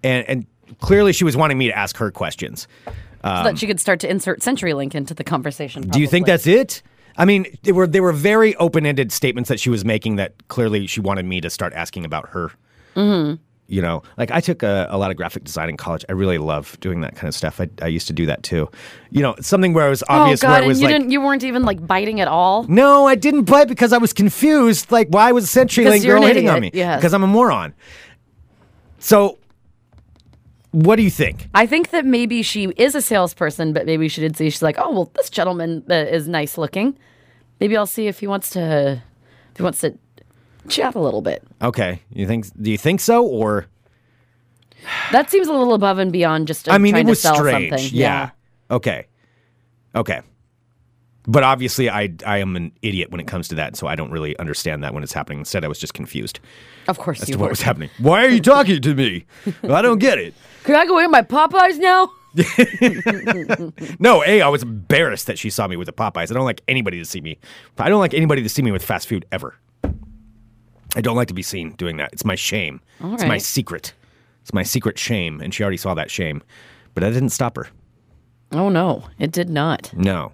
[SPEAKER 6] And, and clearly she was wanting me to ask her questions.
[SPEAKER 5] so that she could start to insert CenturyLink into the conversation.
[SPEAKER 6] Um, Do you think
[SPEAKER 5] probably.
[SPEAKER 6] that's it? I mean, they were, they were very open ended statements that she was making that clearly she wanted me to start asking about her.
[SPEAKER 5] Mm-hmm.
[SPEAKER 6] You know, like I took a, a lot of graphic design in college. I really love doing that kind of stuff. I, I used to do that too. You know, something where it was
[SPEAKER 5] Oh
[SPEAKER 6] obvious where
[SPEAKER 5] god,
[SPEAKER 6] it
[SPEAKER 5] and
[SPEAKER 6] was
[SPEAKER 5] you
[SPEAKER 6] like,
[SPEAKER 5] didn't you weren't even like biting at all?
[SPEAKER 6] No, I didn't bite because I was confused. Like, why was CenturyLink
[SPEAKER 5] you're
[SPEAKER 6] girl
[SPEAKER 5] an
[SPEAKER 6] hitting on me?
[SPEAKER 5] idiot, yes.
[SPEAKER 6] Because I'm a moron. So What do you think?
[SPEAKER 5] I think that maybe she is a salesperson, but maybe she did see. She's like, oh well, this gentleman uh, is nice looking. Maybe I'll see if he wants to, if he wants to chat a little bit.
[SPEAKER 6] Okay, you think? Do you think so? Or
[SPEAKER 5] That seems a little above and beyond just. uh,
[SPEAKER 6] I mean,
[SPEAKER 5] trying
[SPEAKER 6] it was
[SPEAKER 5] to sell
[SPEAKER 6] strange.
[SPEAKER 5] Something.
[SPEAKER 6] Yeah. Okay. Okay. But obviously, I I am an idiot when it comes to that, so I don't really understand that when it's happening. Instead, I was just confused
[SPEAKER 5] of course
[SPEAKER 6] as
[SPEAKER 5] you
[SPEAKER 6] to what
[SPEAKER 5] were.
[SPEAKER 6] was happening. Why are you talking to me? I don't get it.
[SPEAKER 5] Can I go in my Popeyes now?
[SPEAKER 6] No, a I was embarrassed that she saw me with the Popeyes. I don't like anybody to see me. I don't like anybody to see me with fast food ever. I don't like to be seen doing that. It's my shame.
[SPEAKER 5] All
[SPEAKER 6] it's my
[SPEAKER 5] right.
[SPEAKER 6] secret. It's my secret shame, and she already saw that shame, but that didn't stop her.
[SPEAKER 5] Oh no, it did not.
[SPEAKER 6] No.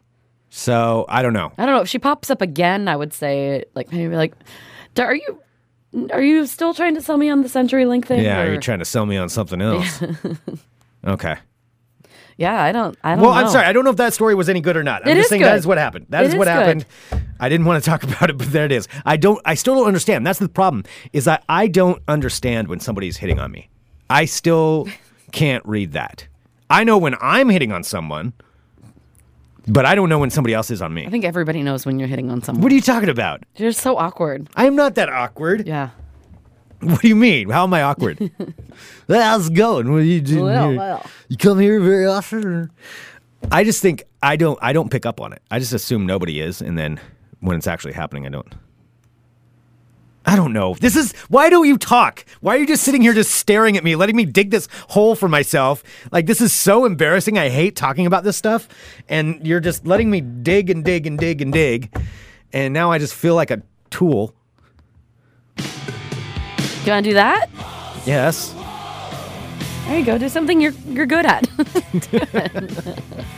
[SPEAKER 6] So I don't know.
[SPEAKER 5] I don't know if she pops up again. I would say like maybe like, "D- are you are you still trying to sell me on the CenturyLink thing?
[SPEAKER 6] Yeah,
[SPEAKER 5] or-
[SPEAKER 6] you're trying to sell me on something
[SPEAKER 5] [LAUGHS]
[SPEAKER 6] else. okay.
[SPEAKER 5] Yeah, I don't. I don't.
[SPEAKER 6] Well, I'm
[SPEAKER 5] know.
[SPEAKER 6] sorry. I don't know if that story was any good or not. I'm
[SPEAKER 5] Oh, It
[SPEAKER 6] just
[SPEAKER 5] is
[SPEAKER 6] saying
[SPEAKER 5] good.
[SPEAKER 6] that is what happened. That
[SPEAKER 5] It
[SPEAKER 6] is
[SPEAKER 5] is
[SPEAKER 6] what
[SPEAKER 5] good.
[SPEAKER 6] happened. I didn't want to [LAUGHS] talk about it, but there it is. I don't. I still don't understand. That's the problem. Is that I don't understand when somebody's hitting on me. I still can't read that. I know when I'm hitting on someone, but I don't know when somebody else is on me.
[SPEAKER 5] I think everybody knows when you're hitting on someone.
[SPEAKER 6] What are you talking about?
[SPEAKER 5] You're so awkward.
[SPEAKER 6] I am not that awkward.
[SPEAKER 5] Yeah.
[SPEAKER 6] [LAUGHS] What do you mean? How am I
[SPEAKER 5] [LAUGHS]
[SPEAKER 6] awkward? well, how's it going? What are you doing
[SPEAKER 5] Well,
[SPEAKER 6] here?
[SPEAKER 5] well.
[SPEAKER 6] You come here very often? or- I just think I don't. I don't pick up on it. I just assume nobody is, and then when it's actually happening, I don't. I don't know. This is why don't you talk? Why are you just sitting here, just staring at me, letting me dig this hole for myself? Like this is so embarrassing. I hate talking about this stuff, and you're just letting me dig and dig and dig and dig, and now I just feel like a tool.
[SPEAKER 5] You want to do that?
[SPEAKER 6] Yes.
[SPEAKER 5] There you go. Do something you're you're good at. [LAUGHS]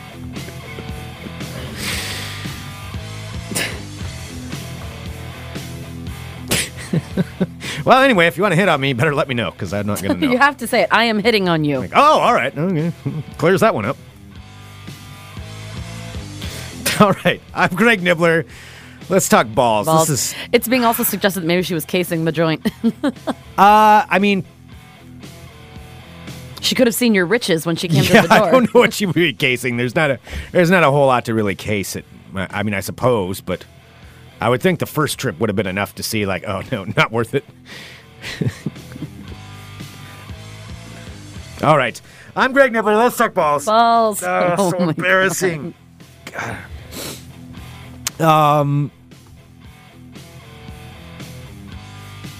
[SPEAKER 6] Well, anyway, if you want to hit on me, you better let me know because I'm not
[SPEAKER 5] [LAUGHS]
[SPEAKER 6] going to know.
[SPEAKER 5] you have to say it. I am hitting on you.
[SPEAKER 6] Like, oh, all right. Okay. Clears that one up. [LAUGHS] All right. I'm Greg Nibbler. Let's talk balls.
[SPEAKER 5] Balls.
[SPEAKER 6] This is,
[SPEAKER 5] It's being also suggested that maybe she was casing the joint. [LAUGHS]
[SPEAKER 6] uh, I mean,
[SPEAKER 5] she could have seen your riches when she came
[SPEAKER 6] yeah,
[SPEAKER 5] to the door.
[SPEAKER 6] I don't know what she would be casing. There's not a, there's not a whole lot to really case it. I I mean, I suppose, but I would think the first trip would have been enough to see, like, oh no, [LAUGHS] not worth it. all right. I'm Greg Nibbler. Let's talk balls.
[SPEAKER 5] [LAUGHS] Balls.
[SPEAKER 6] [LAUGHS] Oh, so
[SPEAKER 5] my
[SPEAKER 6] embarrassing. Um, God. Um,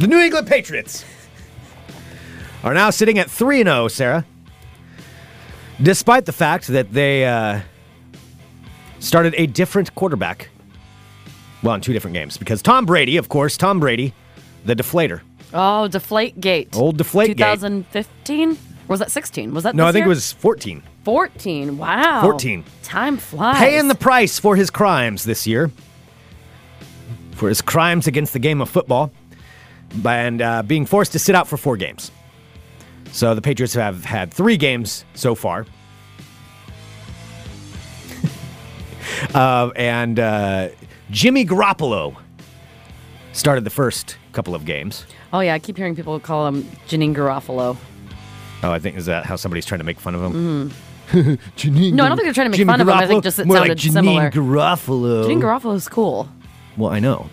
[SPEAKER 6] the New England Patriots are now sitting at 3 and 0, Sarah. Despite the fact that they uh, started a different quarterback. Well, in two different games. Because Tom Brady, of course, Tom Brady, the deflator.
[SPEAKER 5] God. Oh, Deflate Gate.
[SPEAKER 6] Old Deflategate.
[SPEAKER 5] 2015? Was that 16? Was that
[SPEAKER 6] No,
[SPEAKER 5] this
[SPEAKER 6] I think
[SPEAKER 5] year?
[SPEAKER 6] it was 14.
[SPEAKER 5] 14. Wow.
[SPEAKER 6] 14.
[SPEAKER 5] Time flies.
[SPEAKER 6] paying the price for his crimes this year, for his crimes against the game of football, and uh, being forced to sit out for four games. So the Patriots have had three games so far. [LAUGHS] uh, and uh, Jimmy Garoppolo started the first couple of games.
[SPEAKER 5] Oh yeah, I keep hearing people call him Janine Garofalo.
[SPEAKER 6] Oh, I think is that how somebody's trying to make fun of him?
[SPEAKER 5] No, I don't think they're trying Mm-hmm. to make fun of him. I think just it
[SPEAKER 6] more
[SPEAKER 5] sounded
[SPEAKER 6] like Janine
[SPEAKER 5] similar.
[SPEAKER 6] Garofalo.
[SPEAKER 5] Janine Garofalo's cool.
[SPEAKER 6] well, I know.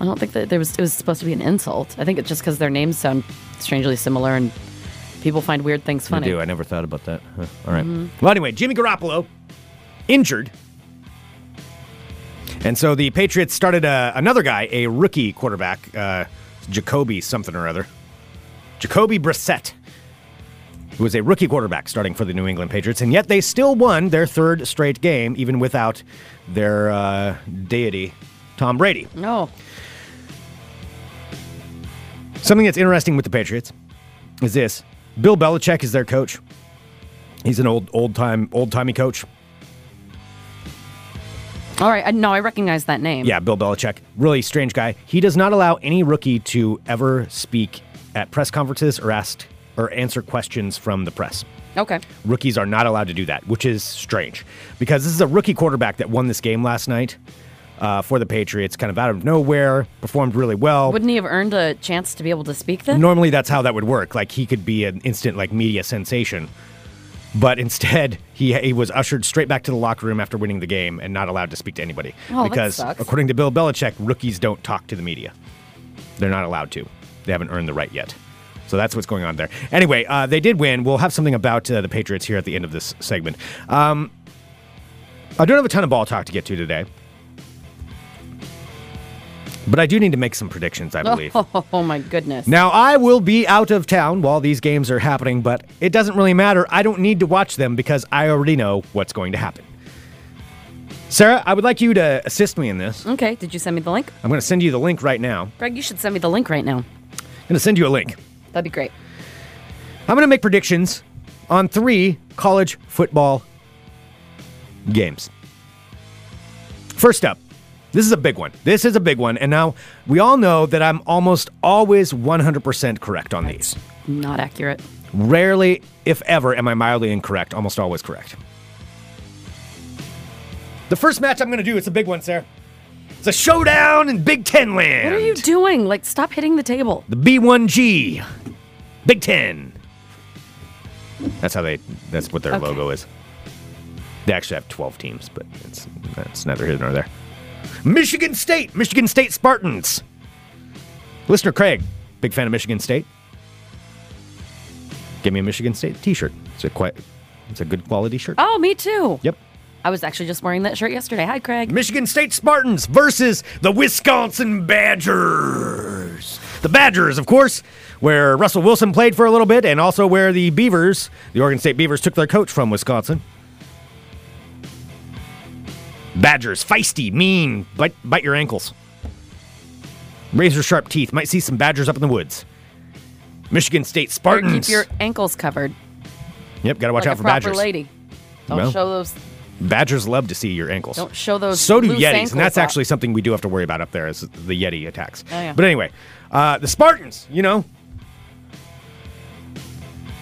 [SPEAKER 5] I don't think that there was it was supposed to be an insult. I think it's just because their names sound strangely similar and people find weird things
[SPEAKER 6] I
[SPEAKER 5] funny.
[SPEAKER 6] do. I never thought about that. Huh. All right. Well, anyway, Jimmy Garoppolo injured. And so the Patriots started uh, another guy, a rookie quarterback, uh, Jacoby something or other. Jacoby Brissett, who was a rookie quarterback starting for the New England Patriots. And yet they still won their third straight game, even without their uh, deity, Tom Brady.
[SPEAKER 5] No.
[SPEAKER 6] Something that's interesting with the Patriots is this: Bill Belichick is their coach. He's an old, old time, old timey coach.
[SPEAKER 5] All right. I, no, I recognize that name.
[SPEAKER 6] Yeah, Bill Belichick, really strange guy. He does not allow any rookie to ever speak at press conferences or asked or answer questions from the press.
[SPEAKER 5] Okay.
[SPEAKER 6] Rookies are not allowed to do that, which is strange because this is a rookie quarterback that won this game last night. uh, for the Patriots, kind of out of nowhere, performed really well.
[SPEAKER 5] Wouldn't he have earned a chance to be able to speak [LAUGHS] then?
[SPEAKER 6] Normally, that's how that would work. Like he could be an instant like media sensation, but instead he he was ushered straight back to the locker room after winning the game and not allowed to speak to anybody
[SPEAKER 5] Oh, that
[SPEAKER 6] because,
[SPEAKER 5] sucks.
[SPEAKER 6] according to Bill Belichick, rookies don't talk to the media. They're not allowed to. They haven't earned the right yet. So that's what's going on there. Anyway, uh, they did win. We'll have something about uh, the Patriots here at the end of this segment. Um, I don't have a ton of ball talk to get to today. But I do need to make some predictions, I believe.
[SPEAKER 5] [LAUGHS] Oh, my goodness.
[SPEAKER 6] Now, I will be out of town while these games are happening, but it doesn't really matter. I don't need to watch them because I already know what's going to happen. Sarah, I would like you to assist me in this.
[SPEAKER 5] Okay, did you send me the link?
[SPEAKER 6] I'm going to send you the link right now.
[SPEAKER 5] Greg, you should send me the link right now.
[SPEAKER 6] I'm going to send you a link.
[SPEAKER 5] That'd be great.
[SPEAKER 6] I'm going to make predictions on three college football games. First up, this is a big one. This is a big one. And now we all know that I'm almost always 100% correct on these.
[SPEAKER 5] Not accurate.
[SPEAKER 6] Rarely, if ever, am I mildly incorrect. Almost always correct. The first match I'm going to do, it's a big one, sir. It's a showdown in Big Ten land.
[SPEAKER 5] What are you doing? Like, stop hitting the table.
[SPEAKER 6] The B1G. Big Ten. That's how they, that's what their
[SPEAKER 5] Okay.
[SPEAKER 6] logo is. They actually have 12 teams, but it's, that's neither here nor there. Michigan State. Michigan State Spartans. Listener Craig, big fan of Michigan State. Give me a Michigan State t-shirt. It's a quite, it's a good quality shirt.
[SPEAKER 5] Oh, me too.
[SPEAKER 6] Yep.
[SPEAKER 5] I was actually just wearing that shirt yesterday. Hi, Craig.
[SPEAKER 6] Michigan State Spartans versus the Wisconsin Badgers. The Badgers, of course, where Russell Wilson played for a little bit, and also where the Beavers, the Oregon State Beavers, took their coach from Wisconsin. Badgers, feisty, mean, bite, bite your ankles. Razor sharp teeth. Might see some Badgers up in the woods. Michigan State
[SPEAKER 5] Better
[SPEAKER 6] Spartans.
[SPEAKER 5] Keep your ankles covered.
[SPEAKER 6] yep, gotta watch
[SPEAKER 5] like
[SPEAKER 6] out for
[SPEAKER 5] a proper
[SPEAKER 6] Badgers.
[SPEAKER 5] lady. Don't
[SPEAKER 6] Well.
[SPEAKER 5] show those.
[SPEAKER 6] Badgers love to see your ankles.
[SPEAKER 5] Don't show those
[SPEAKER 6] So do
[SPEAKER 5] loose
[SPEAKER 6] Yetis,
[SPEAKER 5] ankles
[SPEAKER 6] and that's
[SPEAKER 5] up.
[SPEAKER 6] actually something we do have to worry about up there is the Yeti attacks.
[SPEAKER 5] Oh, yeah.
[SPEAKER 6] But anyway, uh, the Spartans, you know,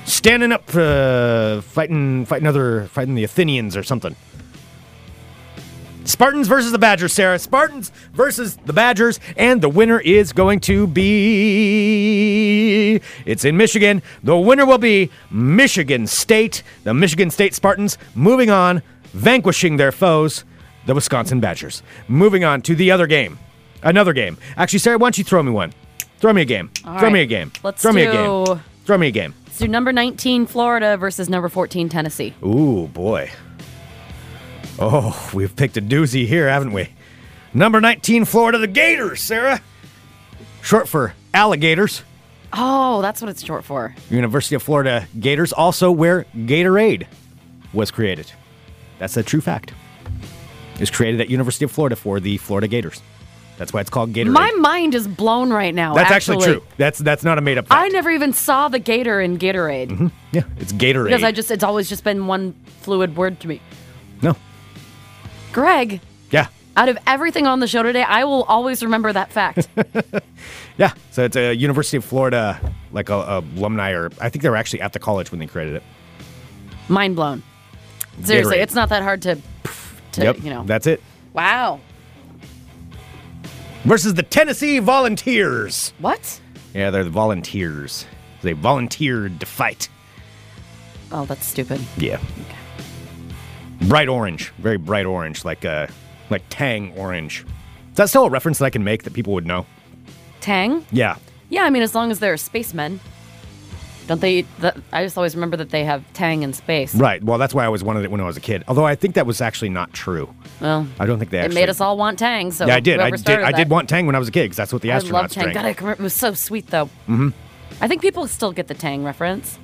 [SPEAKER 6] standing up, uh, fighting, fighting other, fighting the Athenians or something. Spartans versus the Badgers, Sarah. Spartans versus the Badgers, and the winner is going to be. It's in Michigan. The winner will be Michigan State. The Michigan State Spartans moving on, vanquishing their foes, the Wisconsin Badgers. Moving on to the other game. Another game. Actually, Sarah, why don't you throw me one? Throw me a game.
[SPEAKER 5] All
[SPEAKER 6] throw me
[SPEAKER 5] right.
[SPEAKER 6] a game.
[SPEAKER 5] Let's
[SPEAKER 6] throw me a
[SPEAKER 5] do-
[SPEAKER 6] game. Throw me a game.
[SPEAKER 5] Let's do number 19, Florida versus number 14, Tennessee.
[SPEAKER 6] Ooh, boy. Oh, we've picked a doozy here, haven't we? Number 19, Florida, the Gators, Sarah. Short for alligators.
[SPEAKER 5] Oh, that's what it's short for.
[SPEAKER 6] University of Florida Gators, also where Gatorade was created. That's a true fact. It was created at University of Florida for the Florida Gators. That's why it's called Gatorade.
[SPEAKER 5] My mind is blown right now.
[SPEAKER 6] that's actually, true. That's that's not a made up fact.
[SPEAKER 5] I never even saw the gator in Gatorade
[SPEAKER 6] Yeah, it's Gatorade.
[SPEAKER 5] because I just it's always just been one fluid word to me.
[SPEAKER 6] No.
[SPEAKER 5] Greg,
[SPEAKER 6] Yeah.
[SPEAKER 5] out of everything on the show today, I will always remember
[SPEAKER 6] [LAUGHS]
[SPEAKER 5] that fact.
[SPEAKER 6] Yeah. So it's a University of Florida like a, a alumni or I think they were actually at the college when they created it.
[SPEAKER 5] mind blown. Seriously,
[SPEAKER 6] Gatorade.
[SPEAKER 5] it's not that hard to to
[SPEAKER 6] yep,
[SPEAKER 5] you know.
[SPEAKER 6] That's it.
[SPEAKER 5] wow.
[SPEAKER 6] Versus the Tennessee Volunteers.
[SPEAKER 5] What?
[SPEAKER 6] Yeah, they're the Volunteers. They volunteered to fight.
[SPEAKER 5] Oh, that's stupid.
[SPEAKER 6] Yeah. Bright orange, very bright orange, like uh, like Tang orange. Is that still a reference that I can make that people would know?
[SPEAKER 5] Tang?
[SPEAKER 6] Yeah.
[SPEAKER 5] Yeah, I mean, as long as they're spacemen. Don't they? That, I just always remember that they have Tang in space.
[SPEAKER 6] Right. Well, that's why I always wanted it when I was a kid. Although I think that was actually not true.
[SPEAKER 5] Well,
[SPEAKER 6] I don't think they
[SPEAKER 5] it
[SPEAKER 6] actually.
[SPEAKER 5] made us all want Tang. So
[SPEAKER 6] Yeah, I did. I
[SPEAKER 5] whoever
[SPEAKER 6] did.
[SPEAKER 5] started
[SPEAKER 6] I did
[SPEAKER 5] that-
[SPEAKER 6] want Tang when I was a kid because that's what the
[SPEAKER 5] I
[SPEAKER 6] astronauts
[SPEAKER 5] love Tang.
[SPEAKER 6] drank.
[SPEAKER 5] God, I can remember- it was so sweet though. Mm-hmm. I think people still get the Tang reference.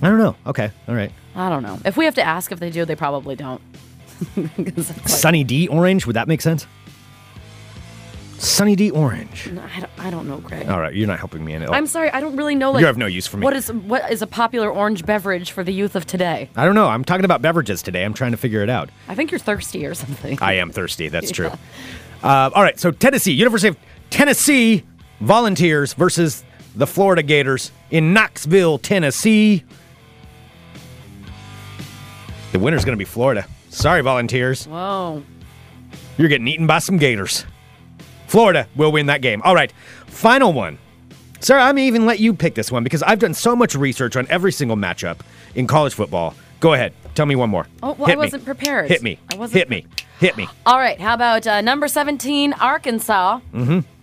[SPEAKER 6] I don't know. Okay. All right.
[SPEAKER 5] I don't know. If we have to ask if they do, they probably don't. [LAUGHS] 'Cause it's like-
[SPEAKER 6] Sunny D orange. Would that make sense? Sunny D orange.
[SPEAKER 5] I, don't, I don't know, Greg.
[SPEAKER 6] All right. You're not helping me in it.
[SPEAKER 5] I'm sorry, I don't really know. Like,
[SPEAKER 6] Oh. You have no use for me.
[SPEAKER 5] What is what is a popular orange beverage for the youth of today?
[SPEAKER 6] I don't know. I'm talking about beverages today. I'm trying to figure it out.
[SPEAKER 5] I think you're thirsty or something.
[SPEAKER 6] I am thirsty. That's true. Uh, all right. So Tennessee, University of Tennessee Volunteers versus the Florida Gators in Knoxville, Tennessee. The winner's going to be Florida. Sorry, Volunteers.
[SPEAKER 5] Whoa.
[SPEAKER 6] You're getting eaten by some gators. Florida will win that game. All right, final one. Sarah, I may even let you pick this one because I've done so much research on every single matchup in college football. Go ahead. Tell me one more.
[SPEAKER 5] Oh, well, I
[SPEAKER 6] Hit me.
[SPEAKER 5] wasn't prepared.
[SPEAKER 6] Hit me.
[SPEAKER 5] I wasn't
[SPEAKER 6] Hit me. Hit me.
[SPEAKER 5] All right, how about uh, number 17, Arkansas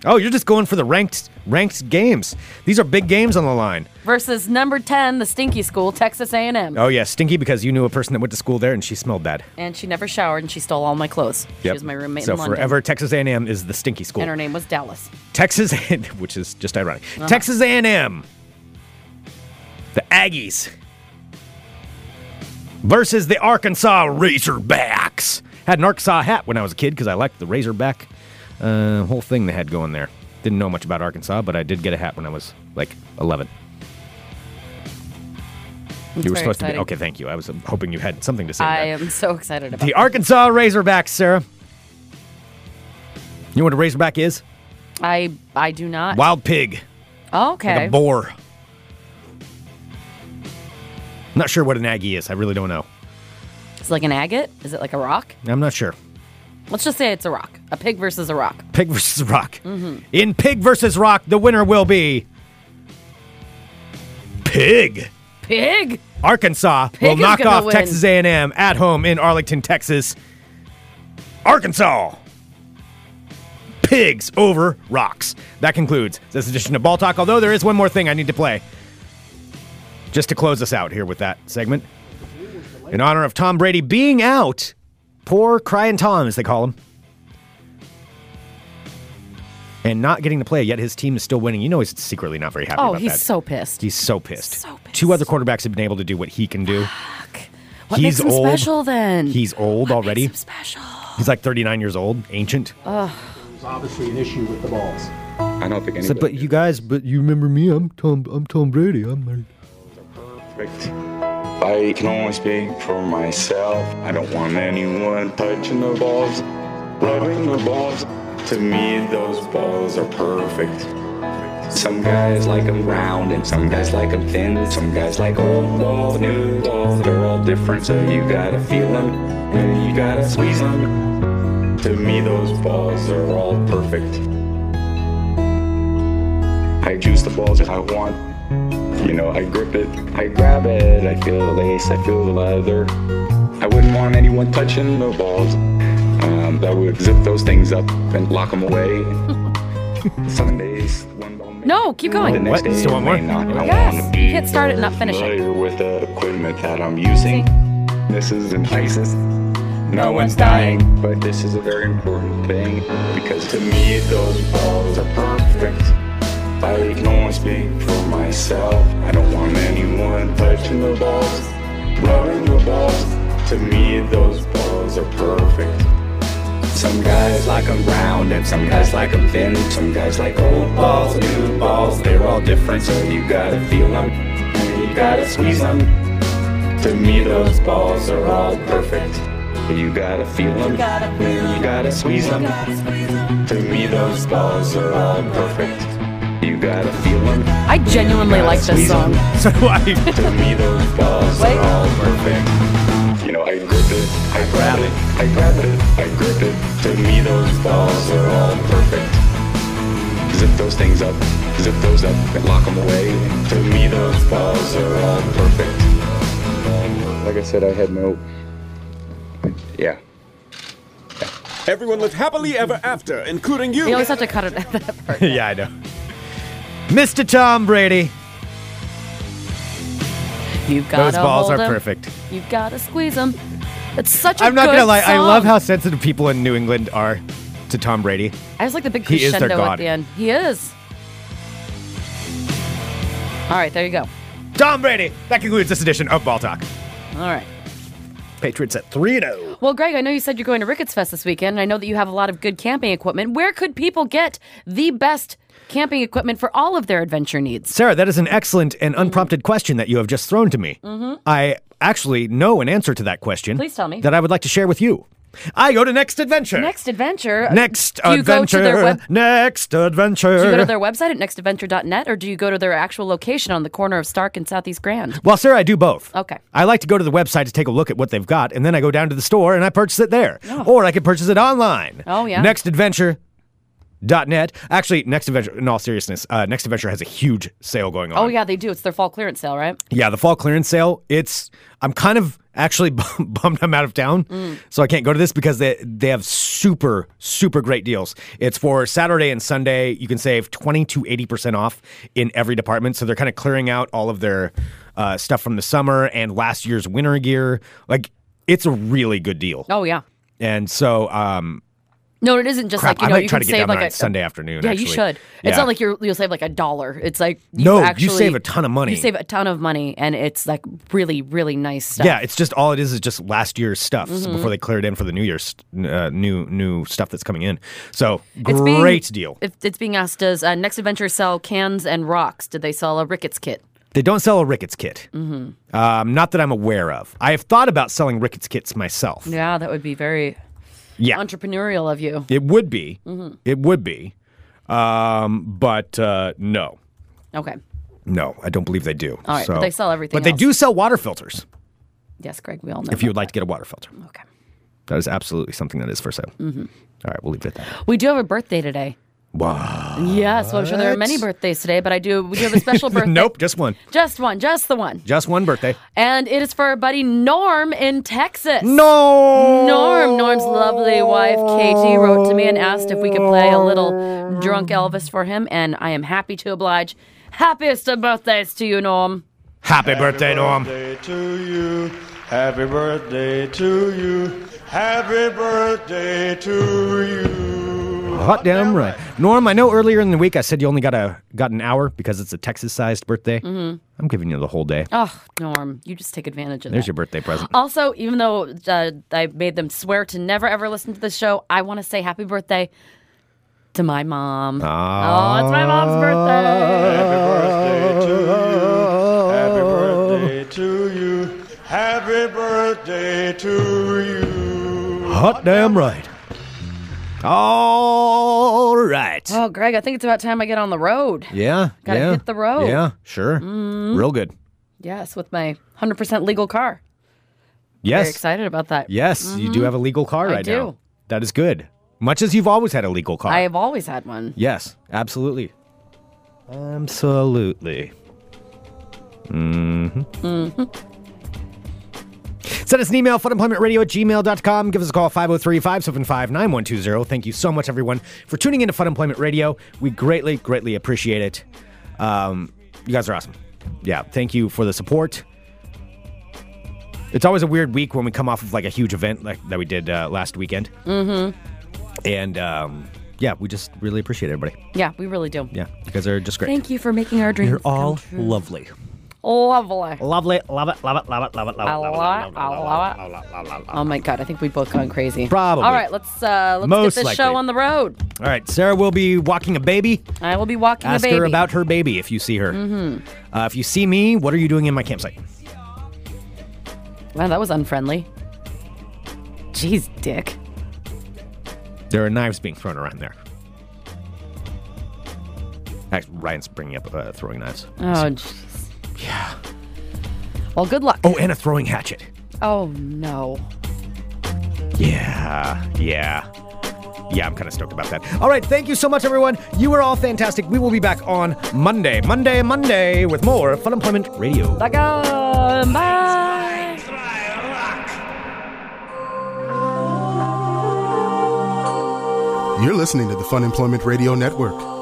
[SPEAKER 6] Oh, you're just going for the ranked ranked games. These are big games on the line.
[SPEAKER 5] versus number 10, the stinky school, Texas A&M.
[SPEAKER 6] Oh yeah, stinky because you knew a person that went to school there and she smelled bad.
[SPEAKER 5] And she never showered and she stole all my clothes. She
[SPEAKER 6] Yep.
[SPEAKER 5] was my roommate
[SPEAKER 6] So
[SPEAKER 5] in London.
[SPEAKER 6] forever, Texas A&M is the stinky school.
[SPEAKER 5] And her name was Dallas.
[SPEAKER 6] Texas, [LAUGHS] which is just ironic.
[SPEAKER 5] Uh-huh.
[SPEAKER 6] Texas A&M, the Aggies versus the Arkansas Razorbacks. Had an Arkansas hat when I was a kid because I liked the Razorback uh, whole thing they had going there. Didn't know much about Arkansas, but I did get a hat when I was like 11. you were
[SPEAKER 5] very
[SPEAKER 6] supposed
[SPEAKER 5] exciting.
[SPEAKER 6] to be okay. Thank you. I was um, hoping you had something to say.
[SPEAKER 5] I
[SPEAKER 6] about
[SPEAKER 5] am so excited about
[SPEAKER 6] the Arkansas Razorbacks, Sarah. You know what a Razorback is?
[SPEAKER 5] it. I, I do not. Oh,
[SPEAKER 6] Wild pig.
[SPEAKER 5] Okay.
[SPEAKER 6] Like a boar. Not sure what an Aggie is. I really don't know.
[SPEAKER 5] It's like an agate. Is it like a rock?
[SPEAKER 6] I'm not sure.
[SPEAKER 5] Let's just say it's a rock. A pig versus a rock.
[SPEAKER 6] Pig versus [LAUGHS] Rock. In Pig versus Rock, the winner will be Pig.
[SPEAKER 5] Pig.
[SPEAKER 6] Arkansas
[SPEAKER 5] Pig
[SPEAKER 6] will
[SPEAKER 5] is
[SPEAKER 6] knock
[SPEAKER 5] gonna
[SPEAKER 6] off
[SPEAKER 5] win.
[SPEAKER 6] Texas A&M at home in Arlington, Texas. Arkansas. Pigs over rocks. That concludes this edition of Ball Talk. Although there is one more thing I need to play, just to close us out here with that segment. In honor of Tom Brady being out, poor crying Tom, as they call him, and not getting to play yet. His team is still winning. You know he's secretly not very happy
[SPEAKER 5] Oh,
[SPEAKER 6] about
[SPEAKER 5] he's
[SPEAKER 6] that.
[SPEAKER 5] so pissed.
[SPEAKER 6] He's so pissed.
[SPEAKER 5] So pissed.
[SPEAKER 6] Two other quarterbacks have been able to do what he can do.
[SPEAKER 5] what
[SPEAKER 6] he's
[SPEAKER 5] makes him
[SPEAKER 6] old.
[SPEAKER 5] special then?
[SPEAKER 6] He's old
[SPEAKER 5] What
[SPEAKER 6] already.
[SPEAKER 5] Makes him Oh, special.
[SPEAKER 6] He's like 39 years old, ancient.
[SPEAKER 7] obviously an issue with the balls.
[SPEAKER 8] I don't think
[SPEAKER 6] So,
[SPEAKER 8] anybody
[SPEAKER 6] but you guys, but you remember me? I'm Tom. I'm Tom Brady. I'm married.
[SPEAKER 8] perfect. I can only speak for myself. I don't want anyone touching the balls, rubbing the balls. To me, those balls are perfect. Some guys like 'em round and some guys like 'em thin. Some guys like old balls, new balls. They're all different, so you gotta feel 'em and you gotta squeeze 'em. To me, those balls are all perfect. I choose the balls I want. You know, I grip it, I grab it, I feel the lace, I feel the leather. I wouldn't want anyone touching the balls. Um, I would zip those things up and lock them away. Some days, one ball may-
[SPEAKER 5] No, keep going.
[SPEAKER 8] The next
[SPEAKER 6] What?
[SPEAKER 8] day,
[SPEAKER 6] Still
[SPEAKER 8] it
[SPEAKER 6] one more?
[SPEAKER 8] may not. I
[SPEAKER 5] Yes,
[SPEAKER 8] wanna
[SPEAKER 5] you
[SPEAKER 8] be
[SPEAKER 5] can't start it and not finish it.
[SPEAKER 8] Familiar with the equipment that I'm using. This is an ISIS. No one's dying, but this is a very important thing because to me those balls are perfect. I can only speak for myself. I don't want anyone touching the balls, rubbing the balls. To me those balls are perfect. Some guys like 'em round and some guys like 'em thin. Some guys like old balls, new balls. They're all different, so you gotta feel 'em and you gotta squeeze 'em. To me, those balls are all perfect. You gotta feel 'em and you gotta squeeze 'em. To me, those balls are all perfect. You gotta feel 'em.
[SPEAKER 5] I genuinely like this song.
[SPEAKER 6] [LAUGHS] So do I. [LAUGHS]
[SPEAKER 8] To me, those balls are all perfect. You know, I grip it, I grab it, I grab it, I grip it. To me, those balls are all perfect. Zip those things up, zip those up, and lock them away. To me, those balls are all perfect. Like I said, I had no. Yeah.
[SPEAKER 7] Everyone lived happily ever after, including
[SPEAKER 5] You
[SPEAKER 7] you.
[SPEAKER 5] always have to cut it at that part.
[SPEAKER 6] yeah, I know. Mr. Tom Brady.
[SPEAKER 5] You've got
[SPEAKER 6] Those
[SPEAKER 5] to
[SPEAKER 6] balls
[SPEAKER 5] hold
[SPEAKER 6] are
[SPEAKER 5] 'em.
[SPEAKER 6] perfect.
[SPEAKER 5] You've got to squeeze them. It's such a
[SPEAKER 6] I'm not
[SPEAKER 5] good
[SPEAKER 6] gonna lie. I love
[SPEAKER 5] song.
[SPEAKER 6] how sensitive people in New England are to Tom Brady.
[SPEAKER 5] I just like the big
[SPEAKER 6] He is their
[SPEAKER 5] crescendo at
[SPEAKER 6] god.
[SPEAKER 5] the end. He is. All right, there you go.
[SPEAKER 6] Tom Brady. That concludes this edition of Ball Talk.
[SPEAKER 5] All right.
[SPEAKER 6] Patriots at three and oh. zero.
[SPEAKER 5] Well, Greg, I know you said you're going to Ricketts Fest this weekend, and I know that you have a lot of good camping equipment. Where could people get the best camping equipment for all of their adventure needs?
[SPEAKER 6] Sarah, that is an excellent and unprompted question that you have just thrown to me. I actually know an answer to that question.
[SPEAKER 5] Mm-hmm. Please tell me.
[SPEAKER 6] That I would like to share with you. I go to Next Adventure.
[SPEAKER 5] Next adventure.
[SPEAKER 6] Next
[SPEAKER 5] do you
[SPEAKER 6] Adventure.
[SPEAKER 5] Go to their web-
[SPEAKER 6] Next Adventure.
[SPEAKER 5] do you go to their website at nextadventure.net or do you go to their actual location on the corner of Stark and Southeast Grand?
[SPEAKER 6] Well, sir, I do both.
[SPEAKER 5] Okay.
[SPEAKER 6] I like to go to the website to take a look at what they've got, and then I go down to the store and I purchase it there. Or I can purchase it online.
[SPEAKER 5] Oh, yeah.
[SPEAKER 6] Nextadventure.net. Actually, Next Adventure, in all seriousness, uh, Next Adventure has a huge sale going on.
[SPEAKER 5] Oh, yeah, they do. It's their fall clearance sale, right?
[SPEAKER 6] Yeah, the fall clearance sale. It's I'm kind of actually [LAUGHS] bummed I'm out of town,
[SPEAKER 5] Mm.
[SPEAKER 6] so I can't go to this because they they have super super great deals. It's for Saturday and Sunday. You can save twenty to eighty percent off in every department. So they're kind of clearing out all of their uh, stuff from the summer and last year's winter gear. Like it's a really good deal.
[SPEAKER 5] Oh, yeah.
[SPEAKER 6] And so um,
[SPEAKER 5] No, it isn't just
[SPEAKER 6] crap,
[SPEAKER 5] like, you
[SPEAKER 6] I
[SPEAKER 5] know,
[SPEAKER 6] might
[SPEAKER 5] you
[SPEAKER 6] try
[SPEAKER 5] can
[SPEAKER 6] to get
[SPEAKER 5] save
[SPEAKER 6] down
[SPEAKER 5] like
[SPEAKER 6] there on
[SPEAKER 5] a
[SPEAKER 6] Sunday afternoon.
[SPEAKER 5] Yeah,
[SPEAKER 6] actually.
[SPEAKER 5] you should. It's
[SPEAKER 6] Yeah.
[SPEAKER 5] not like you're, you'll save like a dollar. It's like you
[SPEAKER 6] No,
[SPEAKER 5] actually,
[SPEAKER 6] you save a ton of money.
[SPEAKER 5] You save a ton of money, and it's like really, really nice stuff. Mm-hmm.
[SPEAKER 6] Yeah, it's just all it is is just last year's stuff so before they clear it in for the new year's uh, new new stuff that's coming in. So
[SPEAKER 5] It's being-
[SPEAKER 6] great deal.
[SPEAKER 5] If it's being asked, does uh, Next Adventure sell cans and rocks? Did they sell a Ricketts kit?
[SPEAKER 6] They don't sell a Ricketts kit, mm-hmm. um, not that I'm aware of. I have thought about selling Ricketts kits myself.
[SPEAKER 5] Yeah, that would be very
[SPEAKER 6] Yeah,
[SPEAKER 5] entrepreneurial of you.
[SPEAKER 6] it would be,
[SPEAKER 5] Mm-hmm.
[SPEAKER 6] it would be, um, but uh, no,
[SPEAKER 5] Okay.
[SPEAKER 6] no, I don't believe they do.
[SPEAKER 5] All right, but
[SPEAKER 6] So-
[SPEAKER 5] they sell everything
[SPEAKER 6] But they
[SPEAKER 5] else.
[SPEAKER 6] do sell water filters.
[SPEAKER 5] Yes, Greg, we all know.
[SPEAKER 6] If you would like to get a water filter,
[SPEAKER 5] Okay.
[SPEAKER 6] that is absolutely something that is for sale.
[SPEAKER 5] Mm-hmm.
[SPEAKER 6] All right, we'll leave it at that.
[SPEAKER 5] We do have a birthday today.
[SPEAKER 6] Wow.
[SPEAKER 5] Yes, well, I'm sure there are many birthdays today, but I do. We do have a
[SPEAKER 6] [LAUGHS]
[SPEAKER 5] special birthday.
[SPEAKER 6] Nope, just one,
[SPEAKER 5] Just one, just the one.
[SPEAKER 6] just one birthday.
[SPEAKER 5] And it is for our buddy Norm in Texas.
[SPEAKER 6] No.
[SPEAKER 5] Norm, Norm's lovely wife, Katie, wrote to me and asked if we could play a little drunk Elvis for him, and I am happy to oblige. Happiest of birthdays to you, Norm.
[SPEAKER 6] Happy birthday, Norm.
[SPEAKER 9] birthday to you. Happy birthday to you. Happy birthday to you.
[SPEAKER 6] Hot damn right. Norm, I know earlier in the week I said you only got a got an hour because it's a Texas-sized birthday. Mm-hmm. I'm giving you the whole day.
[SPEAKER 5] Oh, Norm, you just take advantage of
[SPEAKER 6] There's
[SPEAKER 5] that.
[SPEAKER 6] your birthday present.
[SPEAKER 5] also, even though uh, I made them swear to never ever listen to the show, I want to say happy birthday to my mom.
[SPEAKER 6] Ah.
[SPEAKER 5] Oh, it's my mom's birthday.
[SPEAKER 9] Happy birthday to you. Happy birthday to you. Happy birthday to you.
[SPEAKER 6] Hot damn right. All right.
[SPEAKER 5] Oh, Greg, I think it's about time I get on the road.
[SPEAKER 6] yeah.
[SPEAKER 5] Gotta
[SPEAKER 6] yeah,
[SPEAKER 5] hit the road. Mm-hmm.
[SPEAKER 6] Yeah, sure. Real good.
[SPEAKER 5] Yes, with my 100% legal car. Very
[SPEAKER 6] Yes.
[SPEAKER 5] excited about that.
[SPEAKER 6] Yes, you do have a legal car
[SPEAKER 5] I
[SPEAKER 6] right now.
[SPEAKER 5] do.
[SPEAKER 6] That is good. Much as you've always had a legal car.
[SPEAKER 5] I have always had one.
[SPEAKER 6] Yes, absolutely. Absolutely. Mm-hmm. Mm-hmm. Send us an email, funemploymentradio at gmail.com. Give us a call, 503 575 9120. Thank you so much, everyone, for tuning in to Fun Employment Radio. We greatly, greatly appreciate it. Um, you guys are awesome. Yeah, thank you for the support. It's always a weird week when we come off of like a huge event like that we did uh, last weekend. Mm-hmm. And um, yeah, we just really appreciate everybody.
[SPEAKER 5] Yeah, we really do.
[SPEAKER 6] Yeah, you guys are just great.
[SPEAKER 5] Thank you for making our dreams
[SPEAKER 6] You're all Oh.
[SPEAKER 5] come true.
[SPEAKER 6] lovely.
[SPEAKER 5] Lovely.
[SPEAKER 6] Lovely, love it, love it, love it, love it, love it,
[SPEAKER 5] I love it, I
[SPEAKER 6] love it, love it, love it.
[SPEAKER 5] Oh my god, I think we both gone crazy.
[SPEAKER 6] Probably.
[SPEAKER 5] All right, let's uh let's
[SPEAKER 6] Most
[SPEAKER 5] get this
[SPEAKER 6] likely.
[SPEAKER 5] show on the road.
[SPEAKER 6] All right, Sarah will be walking a baby.
[SPEAKER 5] I will be walking
[SPEAKER 6] Ask
[SPEAKER 5] a baby. Mm-hmm.
[SPEAKER 6] her about her baby if you see her. Uh, if you see me, what are you doing in my campsite?
[SPEAKER 5] wow, that was unfriendly. Jeez, Dick.
[SPEAKER 6] There are knives being thrown around there. Actually, Ryan's bringing up uh, throwing knives.
[SPEAKER 5] Oh jeez. Yeah. Well, good luck.
[SPEAKER 6] Oh, and a throwing hatchet.
[SPEAKER 5] Oh, no.
[SPEAKER 6] Yeah, yeah. Yeah, I'm kind of stoked about that. All right, thank you so much, everyone. You are all fantastic. We will be back on Monday, Monday, Monday with more Fun Employment Radio.
[SPEAKER 5] Back on. Bye.
[SPEAKER 1] You're listening to the Fun Employment Radio Network.